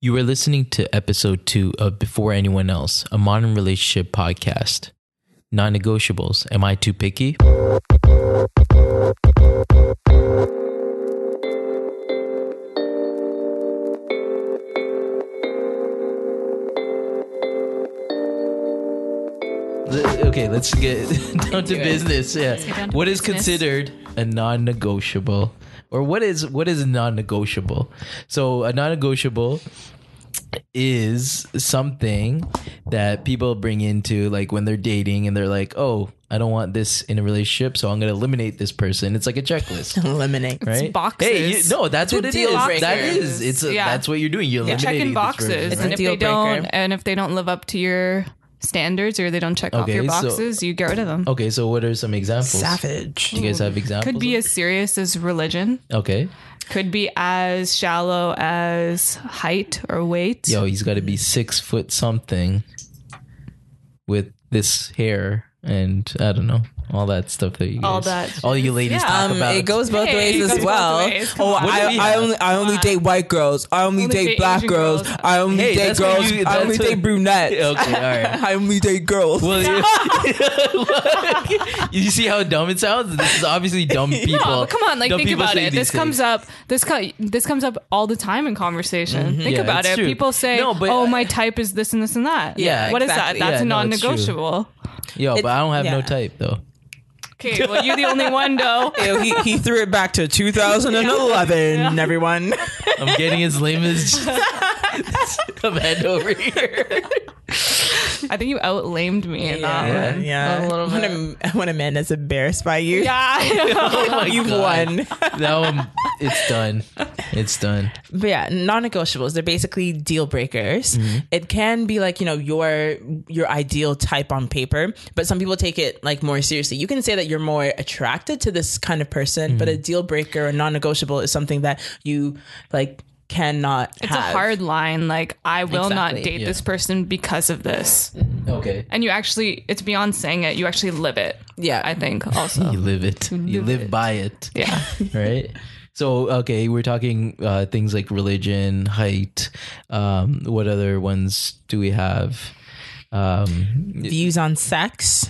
You are listening to episode two of Before Anyone Else, a modern relationship podcast. Non negotiables. Am I too picky? Le- Okay, let's get down to it. business. Yeah. get down to What is business. considered a non-negotiable or what is what is a non-negotiable? So, a non-negotiable is something that people bring into like when they're dating and they're like, "Oh, I don't want this in a relationship, so I'm going to eliminate this person." It's like a checklist, eliminate. right? boxes. Hey, you, no, that's The what it deal is. breakers. That is. It's a, Yeah. that's what you're doing. You're Yeah. eliminating checking this person, boxes, It's a and if deal they don't, breaker. and if they don't live up to your standards or they don't check off Okay, your so- Oh, boxes, you get rid of them. Okay, so what are some examples? Savage. Do you guys have examples? Could be as serious as religion. okay. Could be as shallow as height or weight. Yo, he's got to be six foot something with this hair and I don't know all that stuff that you All guys- that all you ladies Yeah. talk Um, about. it goes both Hey, it ways goes as both well. ways. Come Oh, on. What do I, we I have? only I only date white girls. I only, Only date, date black Asian girls. girls. I only Hey, date that's what girls. you- I only that's what- date brunettes. okay, all right. I only date girls. Well, you- you see how dumb it sounds. This is obviously dumb people. No, come on, like Dumb think people about say it. these This comes things. up. This co- this comes up all the time in conversation. Think Yeah, about it's it. true. People say, Mm-hmm. No, but- "Oh, my type is this and this and that." Yeah, What is exactly. that? That's Yeah, no, it's true. non-negotiable. Yo, but I don't have no yeah. type though. Okay, well, you're the only one, though. Ew, he, he threw it back to 2011. Everyone, I'm getting as lame as I'm head over here. I think you outlamed me in that Yeah. one. yeah. A little When bit. a, when a man is embarrassed by you, Yeah. Oh my you've God. won. Now I'm, it's done. It's done. But yeah, non-negotiables. They're basically deal breakers. Mm-hmm. It can be like, you know, your your ideal type on paper, but some people take it like more seriously. You can say that you're more attracted to this kind of person, but Mm-hmm. a deal breaker or non-negotiable is something that you like cannot It's a hard line. Like, I will Exactly. not date Yeah. this person because of this. Okay. And you actually, it's beyond saying it. You actually live it. Yeah. I think You also. live it. you live live it. by it. yeah. right? So okay, we're talking uh, things like religion, height. Um, what other ones do we have? Um, views on sex,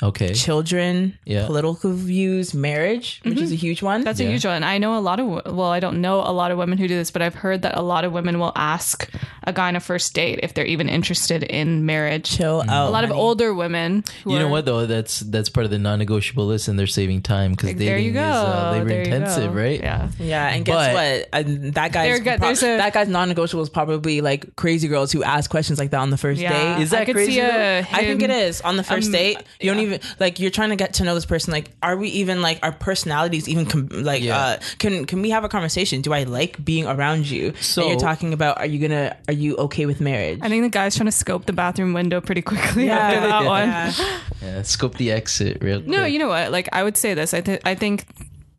okay, children, Yeah. political views, marriage, which is a huge one. Mm-hmm. That's a huge one. I know a lot of, wo- well, I don't know a lot of women who do this, but I've heard that a lot of women will ask a guy on a first date if they're even interested in marriage. chill Mm-hmm. out. A lot of older women. Who you know are- what though? That's that's part of the non-negotiable list, and they're saving time because There you dating is go. uh, labor There you go. intensive, right? Yeah. Yeah, and guess But- what? And that guy's There go- pro- there's a- that guy's non-negotiable is probably like crazy girls who ask questions like that on the first Yeah. date. Is that I could crazy See though? a, I think it him- is on the first um, date. You don't even like you're trying to get to know this person. Like, are we even like our personalities even com- like Yeah. uh, can can we have a conversation? Do I like being around you? So- and you're talking about are you gonna are you okay with marriage? I think the guy's trying to scope the bathroom window pretty quickly after that one. Yeah, scope the exit, real. No, quick. you know what? Like I would say this. I think I think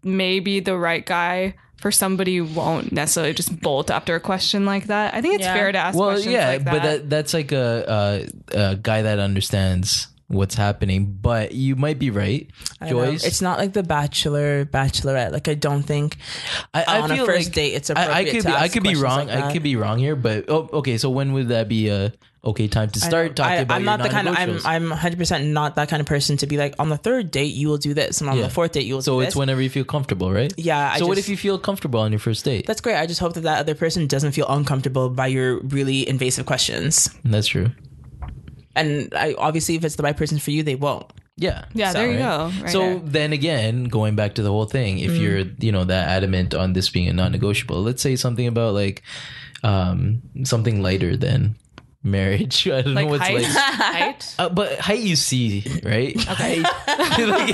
maybe the right guy for somebody won't necessarily just bolt after a question like that. I think it's Yeah. fair to ask well, questions yeah, like that. but that that's like a, a, a guy that understands what's happening. But you might be right, I know. Joyce. It's not like the bachelor, bachelorette. Like I don't think uh, I, I on a feel first like date it's I- appropriate. I, could to be, I ask could be questions wrong. like that. I could be wrong here, but oh, okay. So when would that be a okay time to start talking I, about? I'm your not the kind of I'm non-negotiables? I'm 100 percent not that kind of person to be like on the third date you will do this and on Yeah. the fourth date you will so do it's this. whenever you feel comfortable, right? yeah. I so what just- if you feel comfortable on your first date? That's great. I just hope that that other person doesn't feel uncomfortable by your really invasive questions. That's true. And I obviously, if it's the right person for you, they won't. Yeah. yeah, there you go. Right so there. Mm-hmm. then again, going back to the whole thing, if you're you know that adamant on this being a non-negotiable, let's say something about like um something lighter than marriage. I don't like know what's height, like height. Uh, but height you see, right? Okay. like,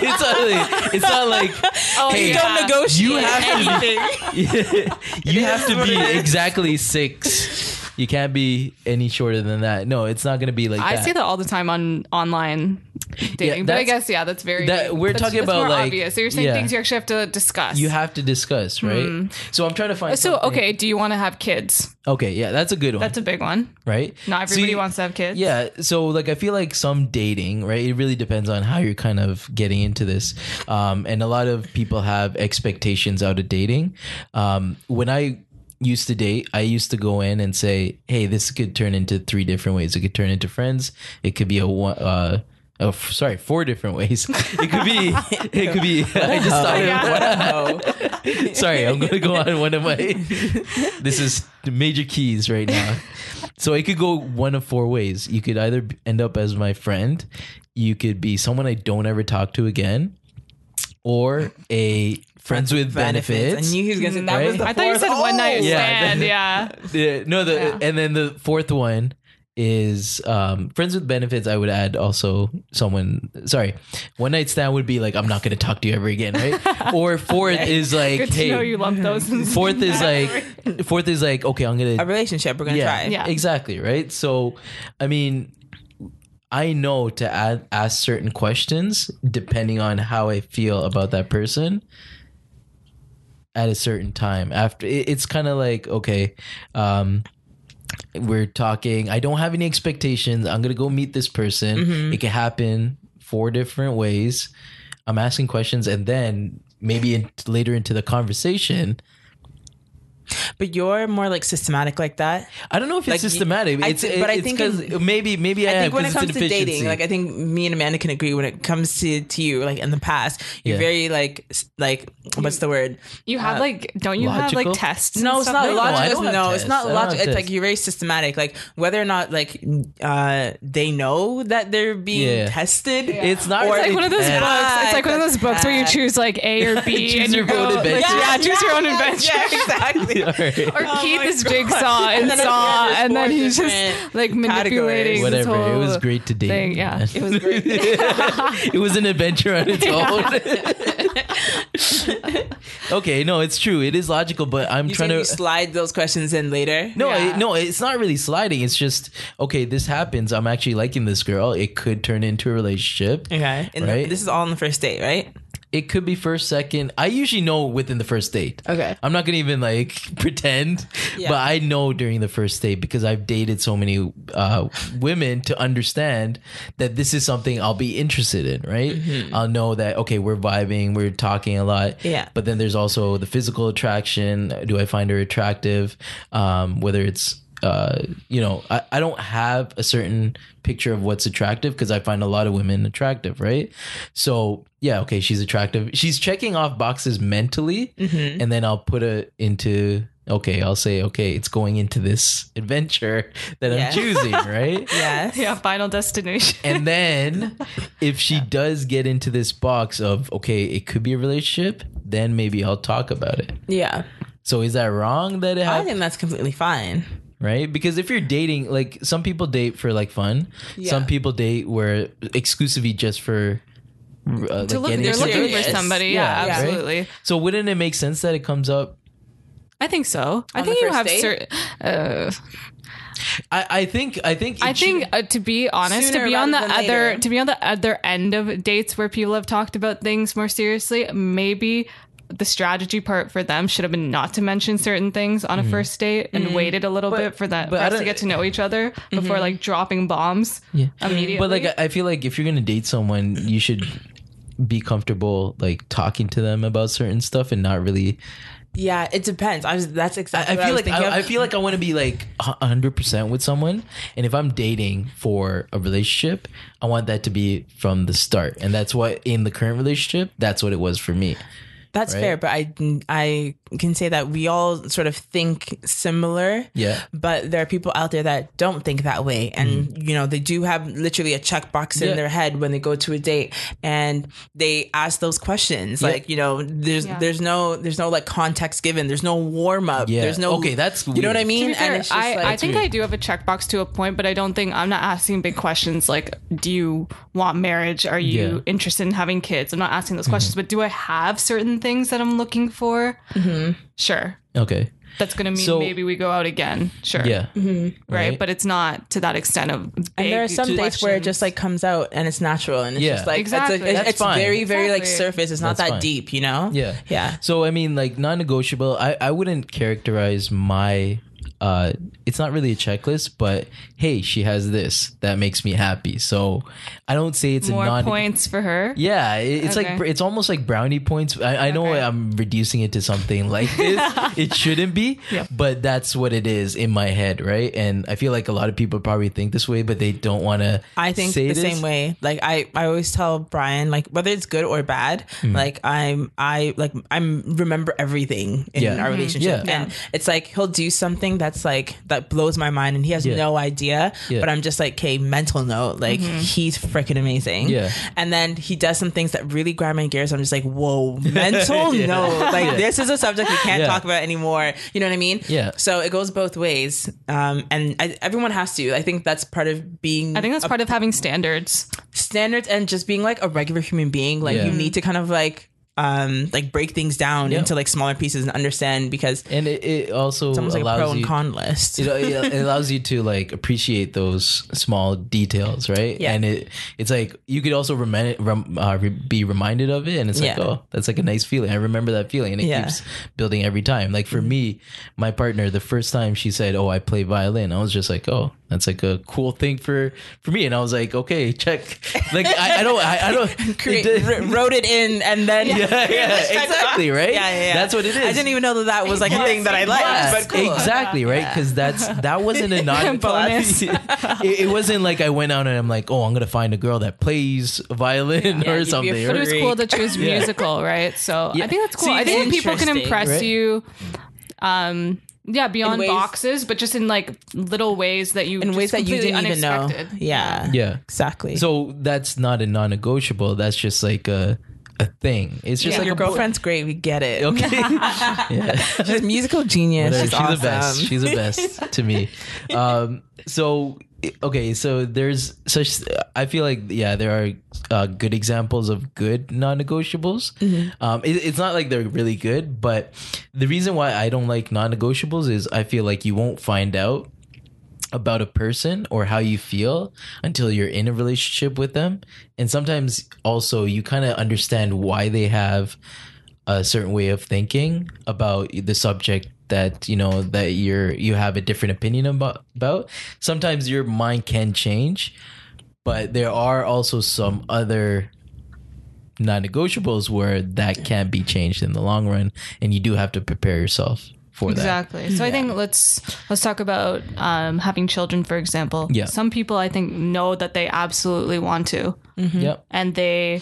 it's, not like, it's not like, hey, you don't negotiate you have to anything. be, you have to be exactly six. You can't be any shorter than that. No, it's not going to be like I that. see that all the time on online dating, but I that's- guess yeah, that's very that- we're that's- talking that's about, more like- obvious. So you're saying yeah. things you actually have to discuss. You have to discuss, right? So I'm trying to find. Mm-hmm. so something- okay, do you want to have kids? okay, yeah, that's a good one, That's a big one. right? Not everybody See, wants to have kids. Yeah, so like I feel like some dating, right? It really depends on how you're kind of getting into this, um, and a lot of people have expectations out of dating. Um, when I used to date, I used to go in and say, "Hey, this could turn into three different ways. It could turn into friends. It could be a one." Uh, Oh, f- sorry, four different ways. It could be. It could be. I just Oh, thought. of Yeah. one- Wow. Sorry, I'm going to go on one of my. This is major keys right now. So it could go one of four ways. You could either end up as my friend, you could be someone I don't ever talk to again, or a friends with benefits. I knew he was Mm, gonna say that Right? was the I thought you fourth. said one night Oh! Yeah. stand. Yeah. The- no, the Yeah. and then the fourth one is um friends with benefits i would add also someone sorry one night stand would be like i'm not going to talk to you ever again right or fourth is like Good to hey know you love those. fourth is like fourth is like okay i'm gonna A relationship. We're gonna yeah, try. Yeah. exactly right so i mean i know to add, ask certain questions depending on how i feel about that person at a certain time after it, it's kind of like okay um we're talking i don't have any expectations i'm gonna go meet this person it can happen four different ways i'm asking questions and then maybe in, later into the conversation But you're more like systematic like that. I don't know if it's Like, you- systematic. I It's, thi- but I it's think 'cause- in- maybe maybe I, I am, think when 'cause it it's comes an to dating, efficiency. like I think me and Amanda can agree when it comes to to you, like in the past, you're Yeah. very like s- like what's the word? you have like, don't you have logical? like tests? and No, it's stuff not like Oh, I logical. don't No, have it's tests. not I don't have logical. It's like tests. you're very systematic. Like whether or not like uh they know that they're being Yeah. tested. It's not Or It's like one of those Yeah. books. It's like one of those That's books where you bad. choose like A or Ah, B Choose and you your own go, like, adventure. yeah, choose your own adventure. Yeah, exactly. Alright. Or Keith my is God. jigsaw and, And then saw, there's and then four he's just different like manipulating. categories. his whatever. It was whole great to date. thing, yeah. man. It was great. it was an adventure on its own. okay, no, it's true. It is logical, but I'm You trying said to you slide those questions in later. No, Yeah. it- no, it's not really sliding. It's just okay. This happens. I'm actually liking this girl. It could turn into a relationship. Okay. And Right. this is all on the first date, right? It could be first, second. I usually know within the first date. Okay. I'm not gonna even like pretend, Yeah. but I know during the first date because I've dated so many uh, women to understand that this is something I'll be interested in. Right? I'll know that okay, we're vibing, we're talking a lot. Mm-hmm. Yeah. But then there's also the physical attraction. Do I find her attractive? Um, whether it's uh, you know, I, I don't have a certain picture of what's attractive because I find a lot of women attractive, right? So yeah, okay, she's attractive. She's checking off boxes mentally, and then I'll put it into okay. I'll say okay, it's going into this adventure that Yeah. I'm choosing, right? Yes. Yeah, final destination. And then if she does get into this box of okay, it could be a relationship, then maybe I'll talk about it. Yeah. So is that wrong that it I happened? think that's completely fine. Right? Because if you're dating, like some people date for like fun, Yeah. some people date where exclusively just for uh, to like look, getting they're looking for serious. somebody. Yeah, Yeah, right? absolutely. So wouldn't it make sense that it comes up? I think so. I On the think you first have date? certain. Uh, I, I think I think it I think should- uh, to be honest, to Sooner be on the rather than other later. to be on the other end of dates where people have talked about things more seriously, maybe the strategy part for them should have been not to mention certain things on a first date and waited a little bit for that Mm-hmm. for but I us to don't- get to know each other before like dropping bombs Yeah. immediately. but like I I feel like if you're gonna date someone, you should be comfortable like talking to them about certain stuff and not really Yeah, it depends. I was that's I exactly. feel like what I, was thinking I, I of. feel like I want to be like hundred percent with someone, and if I'm dating for a relationship, I want that to be from the start, and that's what in the current relationship, that's what it was for me. that's right? fair, but I I can say that we all sort of think similar. Yeah. But there are people out there that don't think that way, and you know they do have literally a checkbox Mm. in Yeah. their head when they go to a date, and they ask those questions Yeah. like you know there's Yeah. there's no there's no like context given, there's no warm up, Yeah. there's no Okay, that's you know what I weird. To mean, be fair, and it's just I, like I think weird. I do have a checkbox to a point, but I don't think I'm not asking big questions like, do you want marriage? Are you Yeah. Mm-hmm. interested in having kids? I'm not asking those questions, but do I have certain things that I'm looking for? Mm-hmm. Sure. Okay, That's going to mean So- maybe we go out again. Sure. yeah, Mm-hmm. Right? right. But it's not to that extent of. And there are some dates where it just like comes out and it's natural and it's Yeah. just like it's a- Exactly. it's, That's it's fine. very very like Exactly. surface. It's not That's that fine. deep, you know. yeah, yeah. So I mean, like non-negotiable. I I wouldn't characterize my uh, it's not really a checklist, but hey, she has this that makes me happy. So I don't say it's More a non. points for her. Yeah, it, it's like Okay. it's almost like brownie points. I, I know Okay. I'm reducing it to something like this. it shouldn't be, Yeah. but that's what it is in my head, right? And I feel like a lot of people probably think this way, but they don't want to. I think the same way. Like I, I always tell Brian, like whether it's good or bad, Mm. like I'm, I like I'm remember everything in Yeah. our Mm-hmm. relationship, Yeah. and it's like he'll do something that's like that blows my mind, and he has Yeah. no idea. Yeah. But I'm just like, okay, mental note, like Mm-hmm. he's freaking amazing. Yeah. And then he does some things that really grind my gears. I'm just like, whoa, mental Yeah. note. Like Yeah. this is a subject we can't Yeah. talk about anymore. You know what I mean? Yeah. So it goes both ways, um, and I, everyone has to. I think that's part of being. I think that's part of having standards. standards and just being like a regular human being like Yeah. you need to kind of like um like break things down Yeah. into like smaller pieces and understand because it's And it, it also almost like a allows pro and you. con list it, it allows you to like appreciate those small details, right? Yeah. And it it's like you could also remind, rem, uh, re, be reminded of it, and it's like, Yeah. oh, that's like a nice feeling. I remember that feeling, and it Yeah. Mm-hmm. keeps building every time. Like for me, my partner, the first time she said, "Oh, I play violin," I was just like, "Oh, that's like a cool thing for for me," and I was like, "Okay, check." Like I, I don't, I, I don't Create, it wr- wrote it in and then yeah, yeah, exactly, right? Yeah, yeah, yeah. That's what it is. I didn't even know that that was like a thing that I liked, Yes, but cool. exactly right because that's that wasn't a non Bonus. it, it wasn't like I went out and I'm like, oh, I'm gonna find a girl that plays violin Yeah, or you'd be something. afraid Right? But it was Greek. cool to choose musical, right? So Yeah. I think that's cool. See, I think it's people can interesting, impress right? you. Um, yeah, beyond ways- boxes, but just in like little ways that you in just ways that you completely didn't even know. unexpected. Yeah. Yeah. Exactly. So that's not a non-negotiable. That's just like a a thing. It's just Yeah. like your a bo- girlfriend's great, we get it. Okay. yeah. She's a musical genius. Whatever. She's, She's, awesome. the best. She's the best to me. Um, so okay, so there's such. I feel like yeah, there are uh, good examples of good non-negotiables. Mm-hmm. Um, it- it's not like they're really good, but the reason why I don't like non-negotiables is I feel like you won't find out about a person or how you feel until you're in a relationship with them. And sometimes also you kind of understand why they have a certain way of thinking about the subject that you know that you're you have a different opinion about about sometimes your mind can change but there are also some other non-negotiables where that can be changed in the long run and you do have to prepare yourself for that Exactly. So I think let's let's talk about um, having children, for example. Yeah. Some people I think know that they absolutely want to, yep and they,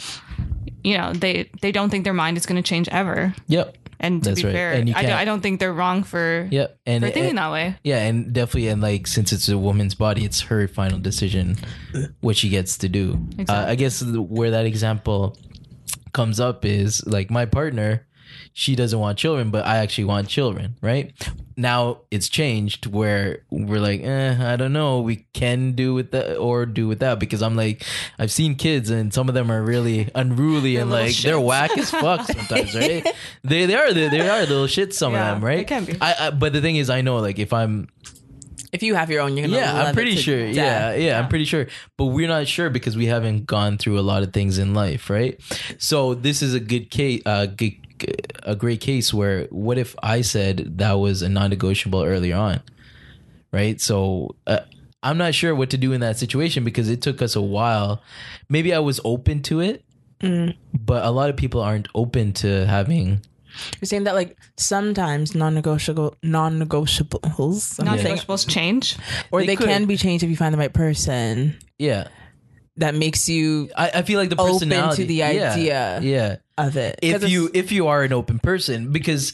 you know, they they don't think their mind is going to change ever. yep And to That's be right. fair, And you I, don't, can't- I don't think they're wrong for yep and for it- thinking it- that way. Yeah, and definitely, and like since it's a woman's body, it's her final decision what she gets to do. Uh, I guess the, where that example comes up is like my partner, she doesn't want children, but I actually want children, right? Now it's changed where we're like, eh, I don't know, we can do with that or do with that because I'm like, I've seen kids and some of them are really unruly and little like they're shits. whack as fuck sometimes, right? They, they are they, they are little shits some Yeah, of them, right? they can be. I, I but the thing is, I know like if I'm If you have your own, you're gonna yeah, love I'm it pretty to sure. death. Yeah, yeah, I'm pretty sure. But we're not sure because we haven't gone through a lot of things in life, right? So this is a good case, uh, good, a great case where what if I said that was a non-negotiable earlier on, right? So. Uh, I'm not sure what to do in that situation because it took us a while. Maybe I was open to it, but a lot of people aren't open to having. You're saying that like sometimes non-negotiable non-negotiables, I'm Non saying, negotiables change. or They they, could. can be changed if you find the right person Yeah, that makes you I, I feel like the Open to personality the yeah, idea. yeah. of it. 'Cause if it's- you if you are an open person because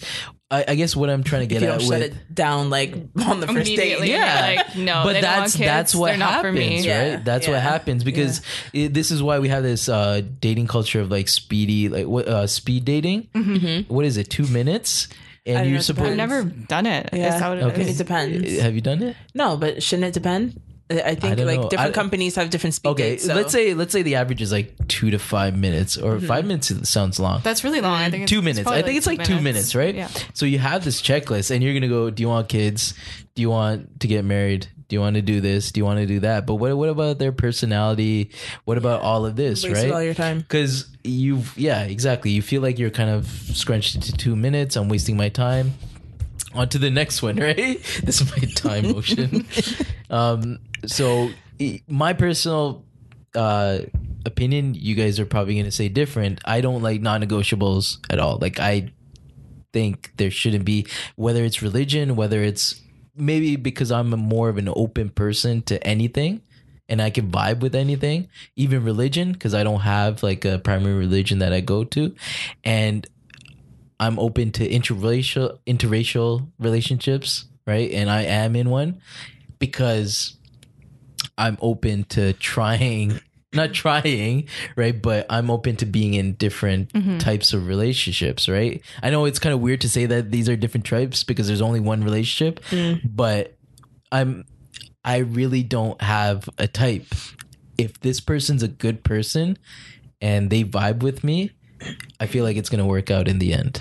I, I guess what I'm trying to if get you at don't with shut it down like on the first date, Immediately, yeah. yeah. like no, but they don't want that's kids. that's what They're not for happens, me. right? Yeah. That's what Yeah. happens because it, this is why we have this uh, dating culture of like speedy, like what uh, speed dating. What is it? Two minutes, Mm-hmm. I and don't you're know, supposed. I've never done it. Is Yeah. that what it Okay. is? It depends. Have you done it? no, but shouldn't it depend? I- I think don't like know. different I- companies have different speed Okay, dates, so- Mm-hmm. let's say let's say the average is like two to five minutes, or five minutes sounds long. That's really long. I think it's, two it's minutes. probably I think it's like two minutes, right? Yeah. So you have this checklist, and you're gonna go. Do you want kids? Do you want to get married? Do you want to do this? Do you want to do that? But what what about their personality? What about all of this? Wasted right? all your time. Because you've yeah, exactly. You feel like you're kind of scrunched into two minutes. I'm wasting my time on to the next one, right? This is my time motion. um, so e- my personal uh, opinion, you guys are probably going to say different. I don't like non-negotiables at all. Like I think there shouldn't be whether it's religion, whether it's maybe because I'm a more of an open person to anything and I can vibe with anything, even religion, because I don't have like a primary religion that I go to. And I'm open to interracial interracial relationships, right? And I am in one because I'm open to trying not trying, right? But I'm open to being in different Mm-hmm. types of relationships, right? I know it's kind of weird to say that these are different types because there's only one relationship, Mm. but I'm I really don't have a type. If this person's a good person and they vibe with me, I feel like it's going to work out in the end.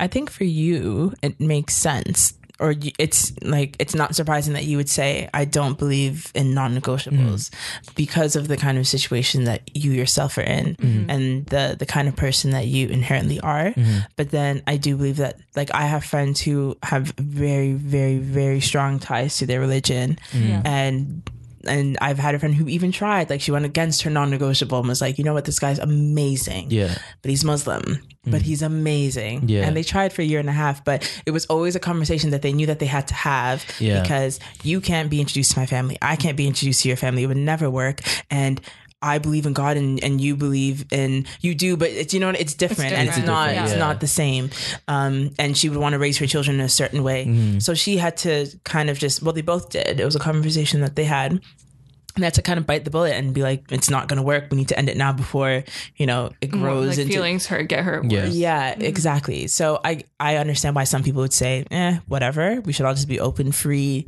I think for you, it makes sense. Or you, it's like, it's not surprising that you would say, I don't believe in non negotiables because of the kind of situation that you yourself are in and the, the kind of person that you inherently are. But then I do believe that, like, I have friends who have very, very, very strong ties to their religion. And and I've had a friend who even tried, like she went against her non-negotiable and was like, you know what, this guy's amazing Yeah. but he's Muslim, but he's amazing. Mm. Yeah. And they tried for a year and a half, but it was always a conversation that they knew that they had to have Yeah. because you can't be introduced to my family. I can't be introduced to your family. It would never work. And I believe in God and, and you believe in you do, but it's, you know, what, it's different and it's different. not, It's it's different, yeah. not the same. Um, and she would want to raise her children in a certain way. Mm-hmm. So she had to kind of just, well, they both did. It was a conversation that they had and that's to kind of bite the bullet and be like, it's not going to work. We need to end it now before you know it grows like into. feelings hurt, get hurt. Yeah. worse. Yeah, exactly. So I I understand why some people would say, eh, whatever. We should all just be open, free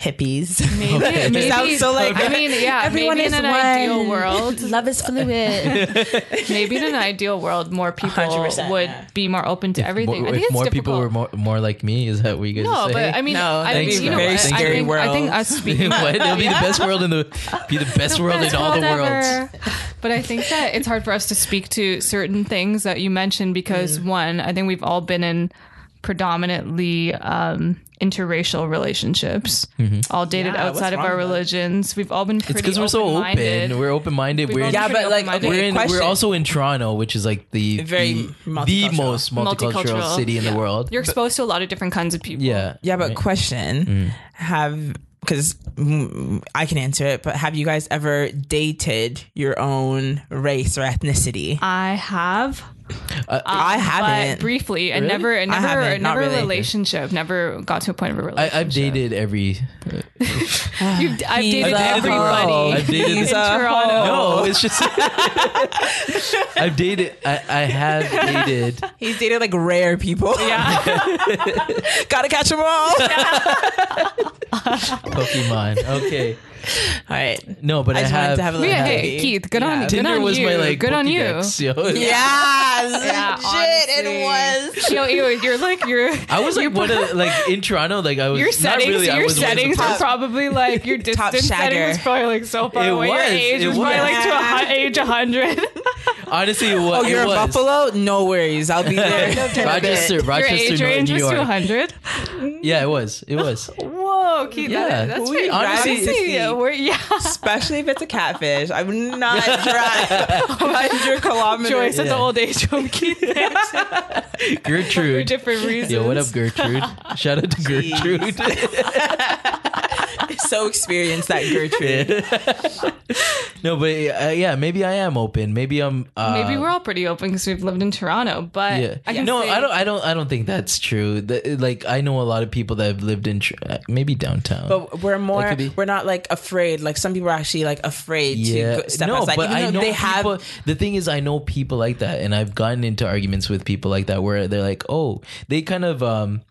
hippies. Maybe, maybe sounds so like- I mean, yeah. Everyone maybe in is an one. ideal world, Love is fluid. maybe in an ideal world, more people 100%, would yeah. be more open to everything. More, I think if it's more difficult. people were more, more like me, is that what you guys no, say? but I mean, No, I that'd mean, be you know, very what? I scary think, I think world. us speaking. What? It'll be the best world in the be the best world in Best all the world worlds. ever. But I think that it's hard for us to speak to certain things that you mentioned Mm. because one, I think we've all been in predominantly um, interracial relationships, all dated Yeah, what's outside of wrong our with that? religions. We've all been pretty Mm-hmm. It's because we're so open-minded. open. We're open minded. We've We're all Yeah, been pretty but, like, open-minded. we're in, we're question. also in Toronto, which is like the Very the, the multicultural. most multicultural, Multicultural. city in the world. You're exposed to a lot of different kinds of people. yeah, yeah, but right. question: Have because I can answer it, but have you guys ever dated your own race or ethnicity? I have, Uh, I but haven't. briefly, and Really? never, and I never, haven't, not never really. a relationship. Never got to a point of a I, relationship. I've dated every. You've, I've He's dated a everybody. hoe. I've dated- He's In a Toronto. hoe. No, it's just I've dated. I, I have dated. He's dated like rare people. Yeah. Gotta catch them all. Pokemon. Okay. All right. No, but I, I just wanted have. to have a little Yeah, hey happy. Keith, good on, Yeah. good Tinder on was you. my like. good on you. Pokédex, yo. Yes, Yeah, legit honestly. it was. You know, you- you're like you're. I was like one of the- like in Toronto. Like I was Your not settings, really. I your was one of the settings top- were probably like your Top distance setting shagger. was probably like so far It away. your was, age it was, probably was. like to a hu- age hundred. Honestly, it was. Oh, you're it in was. Buffalo? No worries. I'll be there. Rochester, Your age Rochester, range New was to York. hundred. Yeah, it was. It was. Whoa, Keith, that- Yeah. that's We pretty honestly- honestly, yeah, we're, yeah. Especially if it's a catfish. I would not drive 100 kilometers. Joyce, that's Yeah. an old age home, Keith. for Gertrude. different reasons. Yo, what up, Gertrude? Shout out to Gertrude. so experienced that Gertrude. no, but uh, yeah, maybe I am open. Maybe I'm. Uh, Maybe we're all pretty open because we've lived in Toronto, but Yeah. I can no, say- I don't. I don't. I don't think that's true. That, like, I know a lot of people that have lived in tr- uh, maybe downtown. But we're more, could be- we're not like afraid. Like some people are actually like afraid yeah, to go, step no, outside. but even I though know they people, have. The thing is, I know people like that, and I've gotten into arguments with people like that where they're like, "Oh, they kind of um,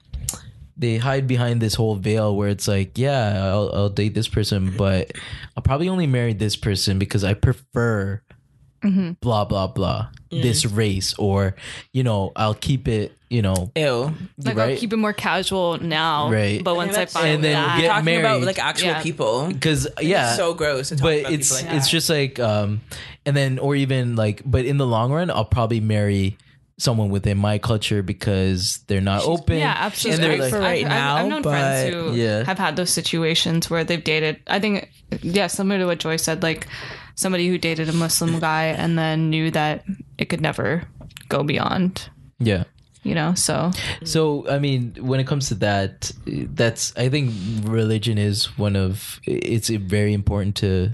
they hide behind this whole veil where it's like, yeah, I'll, I'll date this person, but I'll probably only marry this person because I prefer blah blah blah Mm. this race, or you know, I'll keep it, you know, Ew. Like right? I'll keep it more casual now. Right. But once I that's- find And then that, get- Talking about married. like actual Yeah. people. because yeah, So gross. To talk but about it's people like it's just like um and then or even like but in the long run i'll probably marry someone within my culture because they're not open. Yeah, absolutely. And they're great like, for I've- right I've, now, I've, known friends but- who Yeah. have had those situations where they've dated. I think, yeah, similar to what Joy said, like somebody who dated a Muslim guy and then knew that it could never go beyond. yeah. You know, so So I mean, when it comes to that, that's I think religion is one of it's very important to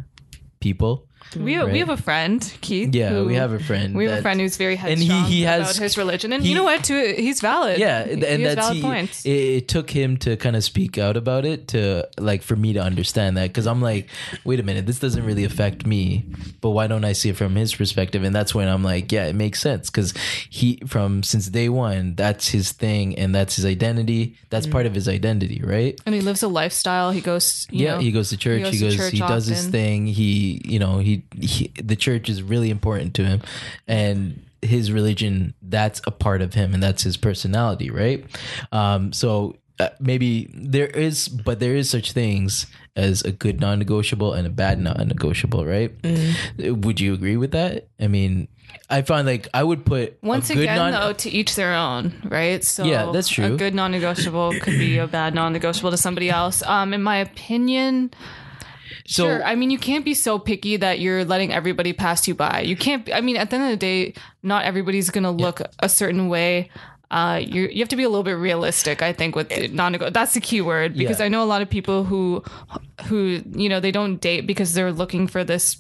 people. we we have a friend, Keith. Yeah, who- we have a friend. We have a that- friend who's very he- headstrong he has- about his religion, and he- you know what? Too, he's valid. yeah, He- and he has that's valid he, points. It, it took him to kind of speak out about it to like for me to understand that because I'm like, wait a minute, this doesn't really affect me, but why don't I see it from his perspective? And that's when I'm like, yeah, it makes sense because he from since day one, that's his thing and that's his identity. That's part Mm. of his identity, right? and he lives a lifestyle. He goes, you yeah, know, he goes to church. He goes goes. to He, church does his often. thing. He, you know, he, he the church is really important to him, and his religion that's a part of him, and that's his personality, right? Um, so uh, maybe there is, but there is such things as a good non-negotiable and a bad non-negotiable, right? Mm. Would you agree with that? I mean, I find like I would put Once a good again, non- though, to each their own, right? So Yeah, that's true. A good non-negotiable could be a bad non-negotiable to somebody else. Um, in my opinion, so sure. I mean, you can't be so picky that you're letting everybody pass you by. You can't. I mean, at the end of the day, not everybody's going to look a certain way. Uh, you you have to be a little bit realistic, I think, with the non That's the key word because Yeah. I know a lot of people who who you know they don't date because they're looking for this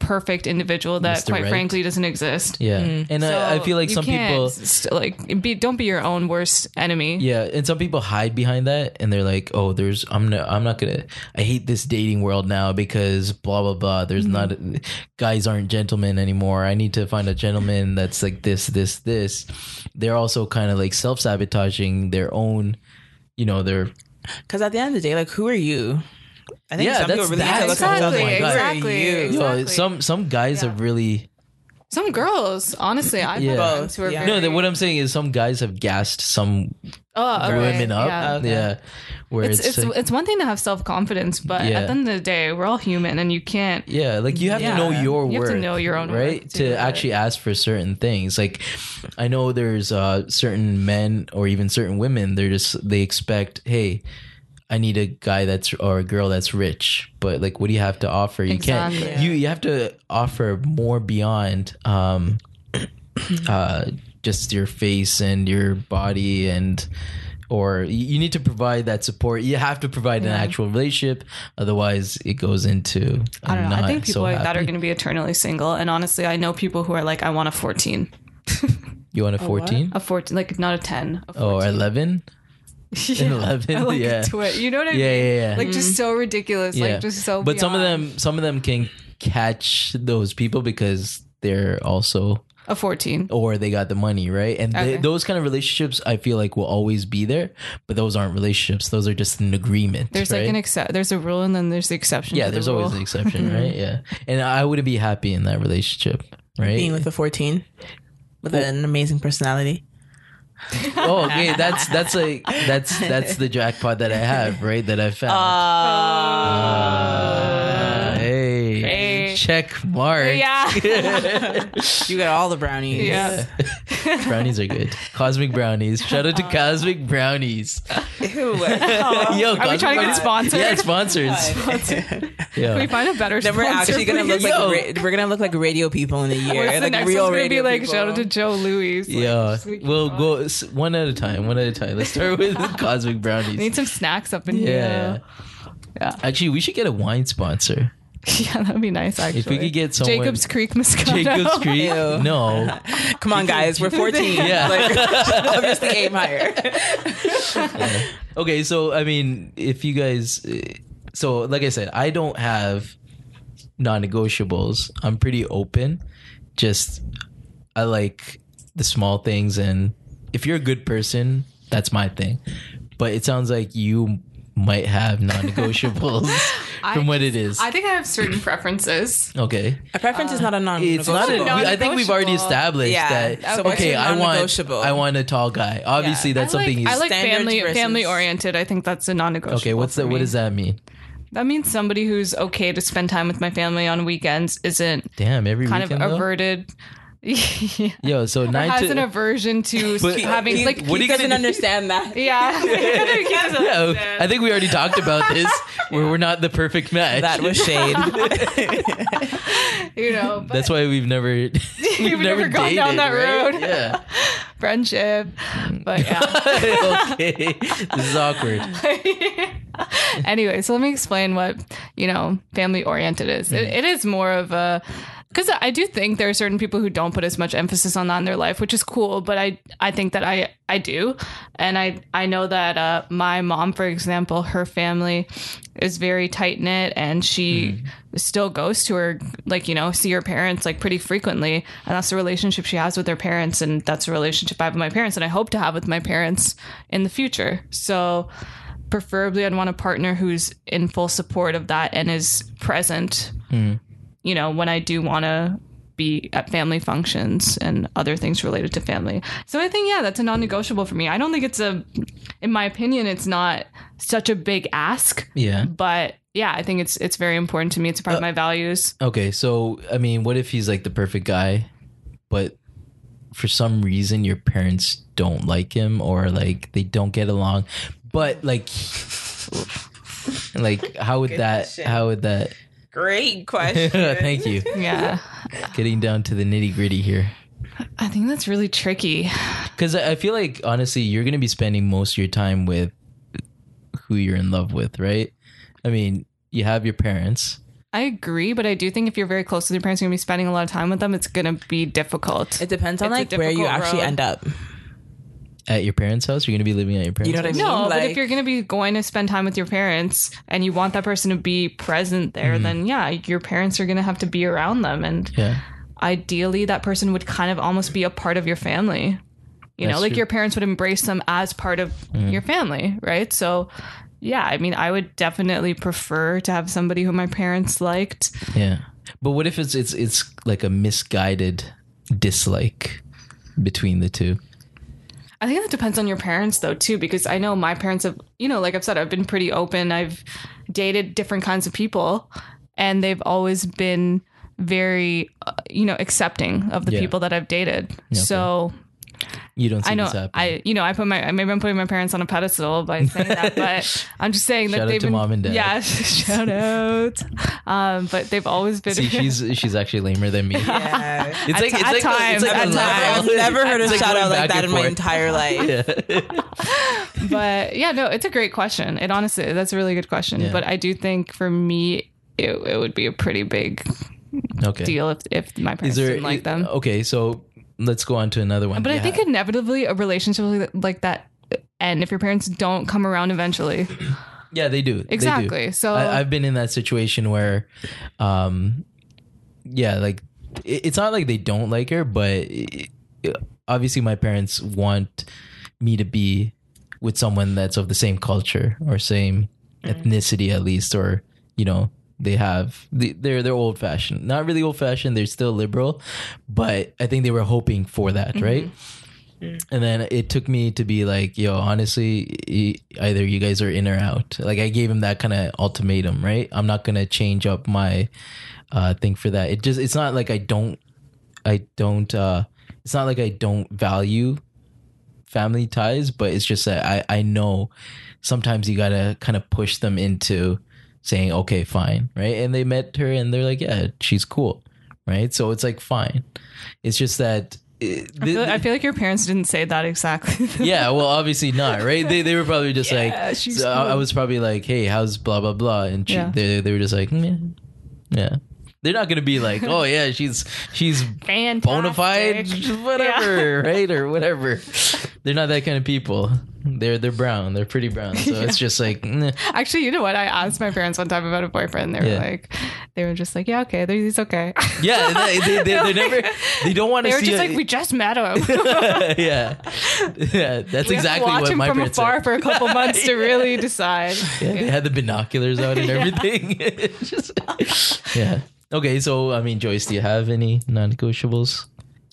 perfect individual that, Mr. quite Right. frankly, doesn't exist. yeah, and I, I feel like Mm. You some can't people. s- like be, don't be your own worst enemy. Yeah, and some people hide behind that, and they're like, "Oh, there's I'm no, I'm not gonna I hate this dating world now because blah blah blah. There's Mm-hmm. not guys aren't gentlemen anymore. I need to find a gentleman that's like this this this." They're also kind of like self sabotaging their own, you know, their Because at the end of the day, like, who are you? I think Yeah, some people that's- really that's- have to look at Exactly, themselves like, who are exactly. you? you know, Exactly. some some guys Yeah. have really Some girls, honestly, I've Yeah. had friends who are Both, yeah. very, no. That what I'm saying is some guys have gassed some oh, okay, women up. Yeah, Yeah. where It's it's, it's, like- it's one thing to have self confidence, but Yeah. at the end of the day, we're all human, and you can't. Yeah, like you have Yeah. to know your You have worth. to know your own worth right to to, do that. actually ask for certain things. Like I know there's uh, certain men or even certain women. They're just they expect, hey, I need a guy that's or a girl that's rich. But like, what do you have to offer? You can't. Exactly. You you have to offer more beyond. Um, uh, just your face and your body and or you you need to provide that support you have to provide an actual relationship otherwise it goes into I don't know. I not think people so like that happy. are going to be eternally single, and honestly, I know people who are like, I want a fourteen, you want a 14 a fourteen, like not a ten, a or 14. 11 yeah. 11 I like Oh, yeah. to it. You know what I yeah mean? yeah yeah Like just so ridiculous, yeah like just so. but some of beyond them some of them can catch those people because they're also a fourteen. or they got the money right and they, Okay. those kind of relationships i feel like will always be there but those aren't relationships those are just an agreement There's right? like an except. There's a rule, and then there's the exception. Yeah, to the there's always rule. an exception, right? Yeah. And I wouldn't be happy in that relationship, right? Being with a 14 with an amazing personality. oh, okay, that's that's like that's that's the jackpot that I have, right? That I found. Uh, hey, Hey. check mark. Yeah. You got all the brownies. yeah. brownies are good. Cosmic brownies. Shout out to Cosmic Brownies. Yo, Are Uh, we trying to get sponsored? Yeah, sponsors. Can Yeah. we find a better Then we're sponsor, actually gonna look please? like Yo. ra- we're gonna look like radio people in a year, What's the like next real one's gonna radio be like people. shout out to Joe Louis. Like, Yeah, just- we keep we'll going. go s- one at a time. One at a time. Let's start with Cosmic Brownies. Need some snacks up in Yeah. here. Yeah. Actually, we should get a wine sponsor. Yeah, that'd be nice. Actually, If we could get someone Jacob's Creek Moscato. Jacob's Creek. Ew. No. Come on, guys, we're 14. Yeah. like, obviously aim higher. Okay, so I mean, if you guys uh, so like I said, I don't have non-negotiables. I'm pretty open. Just I like the small things and if you're a good person, that's my thing. But it sounds like you might have non-negotiables from what it is. I think I have certain preferences. okay. A preference is not a non. It's not a, a we- I think we've already non-negotiable. established Yeah. that. So what's okay, your I want non-negotiable? I want a tall guy. Obviously, Yeah. that's I like, something I he's like Standards family versus- family oriented. I think that's a non-negotiable. Okay, what's for that? What me. does that mean? That means somebody who's okay to spend time with my family on weekends isn't Damn, every kind weekend of though? averted yeah. Yo, so nine has to an aversion to But- having Keith- like what are you Keith gonna doesn't do? understand that. yeah. Yeah, oh, I think we already talked about this. Where we're not the perfect match. That was shade. you know, but That's why we've never we've, We've never gone down that right? road. Yeah. friendship. But yeah. okay. This is awkward. anyway, so let me explain what, you know, family oriented is. It, it is more of a because I do think there are certain people who don't put as much emphasis on that in their life, which is cool. But I, I think that I, I do, and I, I know that uh, my mom, for example, her family is very tight knit, and she still goes to her, like you know, see her parents like pretty frequently, and that's the relationship she has with her parents, and that's the relationship I have with my parents, and I hope to have with my parents in the future. So preferably I'd want a partner who's in full support of that and is present, you know, when I do want to be at family functions and other things related to family. So I think, yeah, that's a non negotiable for me. I don't think it's a, in my opinion, it's not such a big ask, Yeah. but yeah, I think it's, it's very important to me. It's a part of my values. Okay, so I mean, what if he's like the perfect guy, but for some reason your parents don't like him or like they don't get along, but like like how would that question. how would that Great question. Thank you. Yeah. Getting down to the nitty-gritty here. I think that's really tricky. Cuz I I feel like honestly you're going to be spending most of your time with who you're in love with, right? I mean, you have your parents. I agree, but I do think if you're very close to your parents, you're going to be spending a lot of time with them. It's going to be difficult. It depends on It's like a where you difficult actually road. end up. At your parents' house, you're going to be living at your parents' You know what I mean? No, but Like- if you're going to be going to spend time with your parents and you want that person to be present there, then yeah, your parents are going to have to be around them. And Mm-hmm. Yeah. ideally, that person would kind of almost be a part of your family. You know, That's like true. Mm-hmm. your parents would embrace them as part of your family, right? So, yeah, I mean, I would definitely prefer to have somebody who my parents liked. Yeah. But what if it's it's it's like a misguided dislike between the two? I think that depends on your parents though too, because I know my parents have you know, like I've said, I've been pretty open. I've dated different kinds of people and they've always been very uh, you know accepting of the Yeah. people that I've dated. So You don't see I know this happen. I you know I put my maybe I'm putting my parents on a pedestal by saying that, but I'm just saying Shout that out they've to been mom and dad. yeah shout out. Um, but they've always been see, she's she's actually lamer than me. Yeah. It's like it's ti- at like a- it's times, like a at level. I've never heard a It's like shout going out like back that and in my forth. entire life. but yeah, no, it's a great question. It honestly, that's a really good question. Yeah. But I do think for me, it, it would be a pretty big Okay. deal if, if my parents Is there didn't like them. Okay, so let's go on to another one. but I Yeah. think inevitably a relationship like that- like that, and if your parents don't come around eventually, yeah, they do. They do. exactly. So I, I've been in that situation where, um, yeah, like it, it's not like they don't like her, but it, it- obviously my parents want me to be with someone that's of the same culture or same Mm. ethnicity at least, or you know they have they- they're they're old fashioned, not really old fashioned. They're still liberal, but I think they were hoping for that, Mm-hmm. right? And then it took me to be like, yo, honestly, e- either you guys are in or out. Like I gave him that kind of ultimatum, right? I'm not gonna change up my uh, thing for that. It just it's not like I don't, I don't. uh It's not like I don't value family ties, but it's just that I I know sometimes you gotta kind of push them into saying, okay, fine, right? And they met her and they're like, yeah, she's cool, right? So it's like fine. It's just that. eh, It, I, feel, I feel like your parents didn't say that exactly. yeah, well, obviously not, right? They, they were probably just like, she's so I, I was probably like, hey, how's blah, blah, blah. And she, Yeah. they, they were just like, "Mm, yeah. yeah. They're not going to be like, oh, yeah, she's, she's Fantastic. bona fide, whatever, right? Or whatever. They're not that kind of people. They're, they're brown. They're pretty brown. So it's just like, "Mm, "Nah." Actually, you know what? I asked my parents one time about a boyfriend. They were Yeah. like, they were just like, yeah, okay, they- he's okay. yeah, they, they, they, are never, they don't want to They were see just a- like, we just met him. yeah. Yeah. That's We have to exactly watch what him my from parents afar said. for a couple months to really decide. Yeah, they had the binoculars out and everything. It's just- yeah. Okay, so I mean, Joyce, do you have any non-negotiables,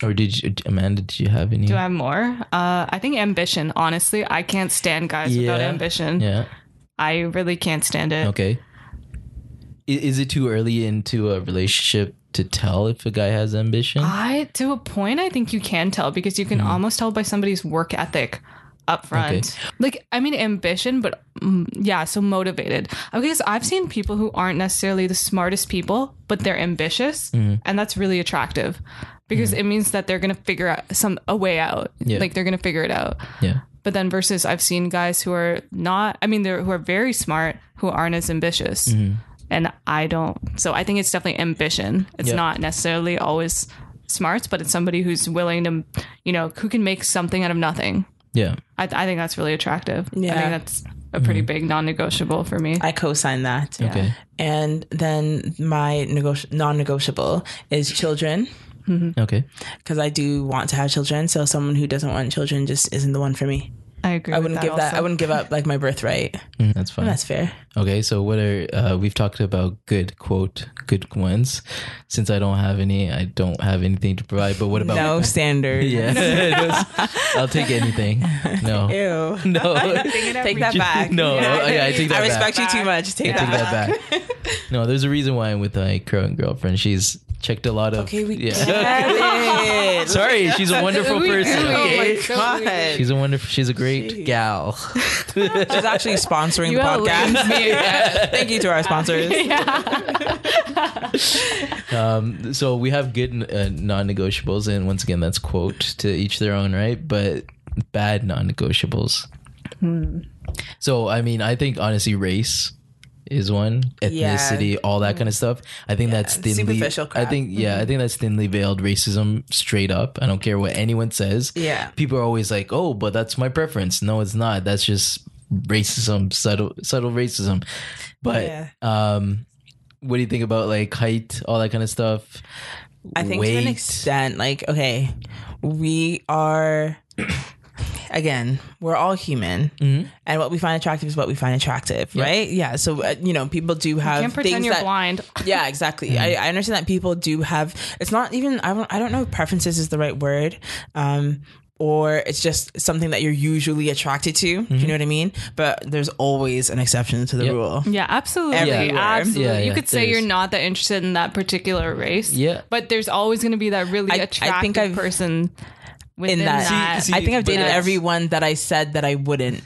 or did you, Amanda? Did you have any? Do I have more? Uh, I think ambition. Honestly, I can't stand guys without Yeah. ambition. yeah. I really can't stand it. Okay. i- is it too early into a relationship to tell if a guy has ambition? I to a point I think you can tell because you can almost tell by somebody's work ethic up front. Like I mean ambition but mm, yeah, so motivated. Because I've seen people who aren't necessarily the smartest people, but they're ambitious and that's really attractive because it means that they're going to figure out some a way out. Yeah. Like they're going to figure it out. yeah. But then versus I've seen guys who are not I mean they're who are very smart who aren't as ambitious. And I don't so I think it's definitely ambition. It's Yeah. not necessarily always smarts, but it's somebody who's willing to you know, who can make something out of nothing. Yeah. I, I think that's really attractive. I Yeah. think that's a pretty big non negotiable for me. I co-sign that. Okay. And then my negoti- non-negotiable is children Okay. because I do want to have children. So someone who doesn't want children just isn't the one for me. I agree. I wouldn't give that. I wouldn't give up like my birthright. Mm, that's fine. That's fair. Okay, so what are uh, we've talked about good quote good ones. Since I don't have any, I don't have anything to provide. But what about No standard. Yeah, Just- I'll take anything. No, Ew. no, Take that back. no. Yeah, I okay, I take think- that. I back. respect you too much. Take Take that. back. that back. No, there's a reason why I'm with my current girlfriend. She's checked a lot of. Okay, we yeah. Sorry, she's a wonderful person. we- Oh Okay? my God. She's a wonderful. She's a great gal. She's actually sponsoring the outlived podcast. me. Thank you to our sponsors. Um, so we have good uh, non-negotiables, and once again, that's quote to each their own, right? But bad non-negotiables. Hmm. So I mean, I think honestly, race is one ethnicity, all that kind of stuff. I think that's thinly. superficial I crap. think yeah, I think that's thinly veiled racism, straight up. I don't care what anyone says. Yeah. people are always like, "Oh, but that's my preference." No, it's not. That's just racism, subtle, subtle racism. But Yeah. um, what do you think about like height, all that kind of stuff? I think to an Weight. extent, like, okay, we are, again, we're all human. And what we find attractive is what we find attractive, right? Yeah. So, uh, you know, people do have can't things pretend you're that- blind. Yeah, exactly. I, I understand that people do have, it's not even, I don't, I don't know if preferences is the right word. Um, or it's just something that you're usually attracted to. You know what I mean? But there's always an exception to the Yep. rule. Yeah, absolutely. Everywhere. Absolutely. Yeah, yeah, you could say there's- you're not that interested in that particular race. Yeah. But there's always going to be that really I- I think attractive I've- person within In that. that, See- I think I've but dated that's- everyone that I said that I wouldn't.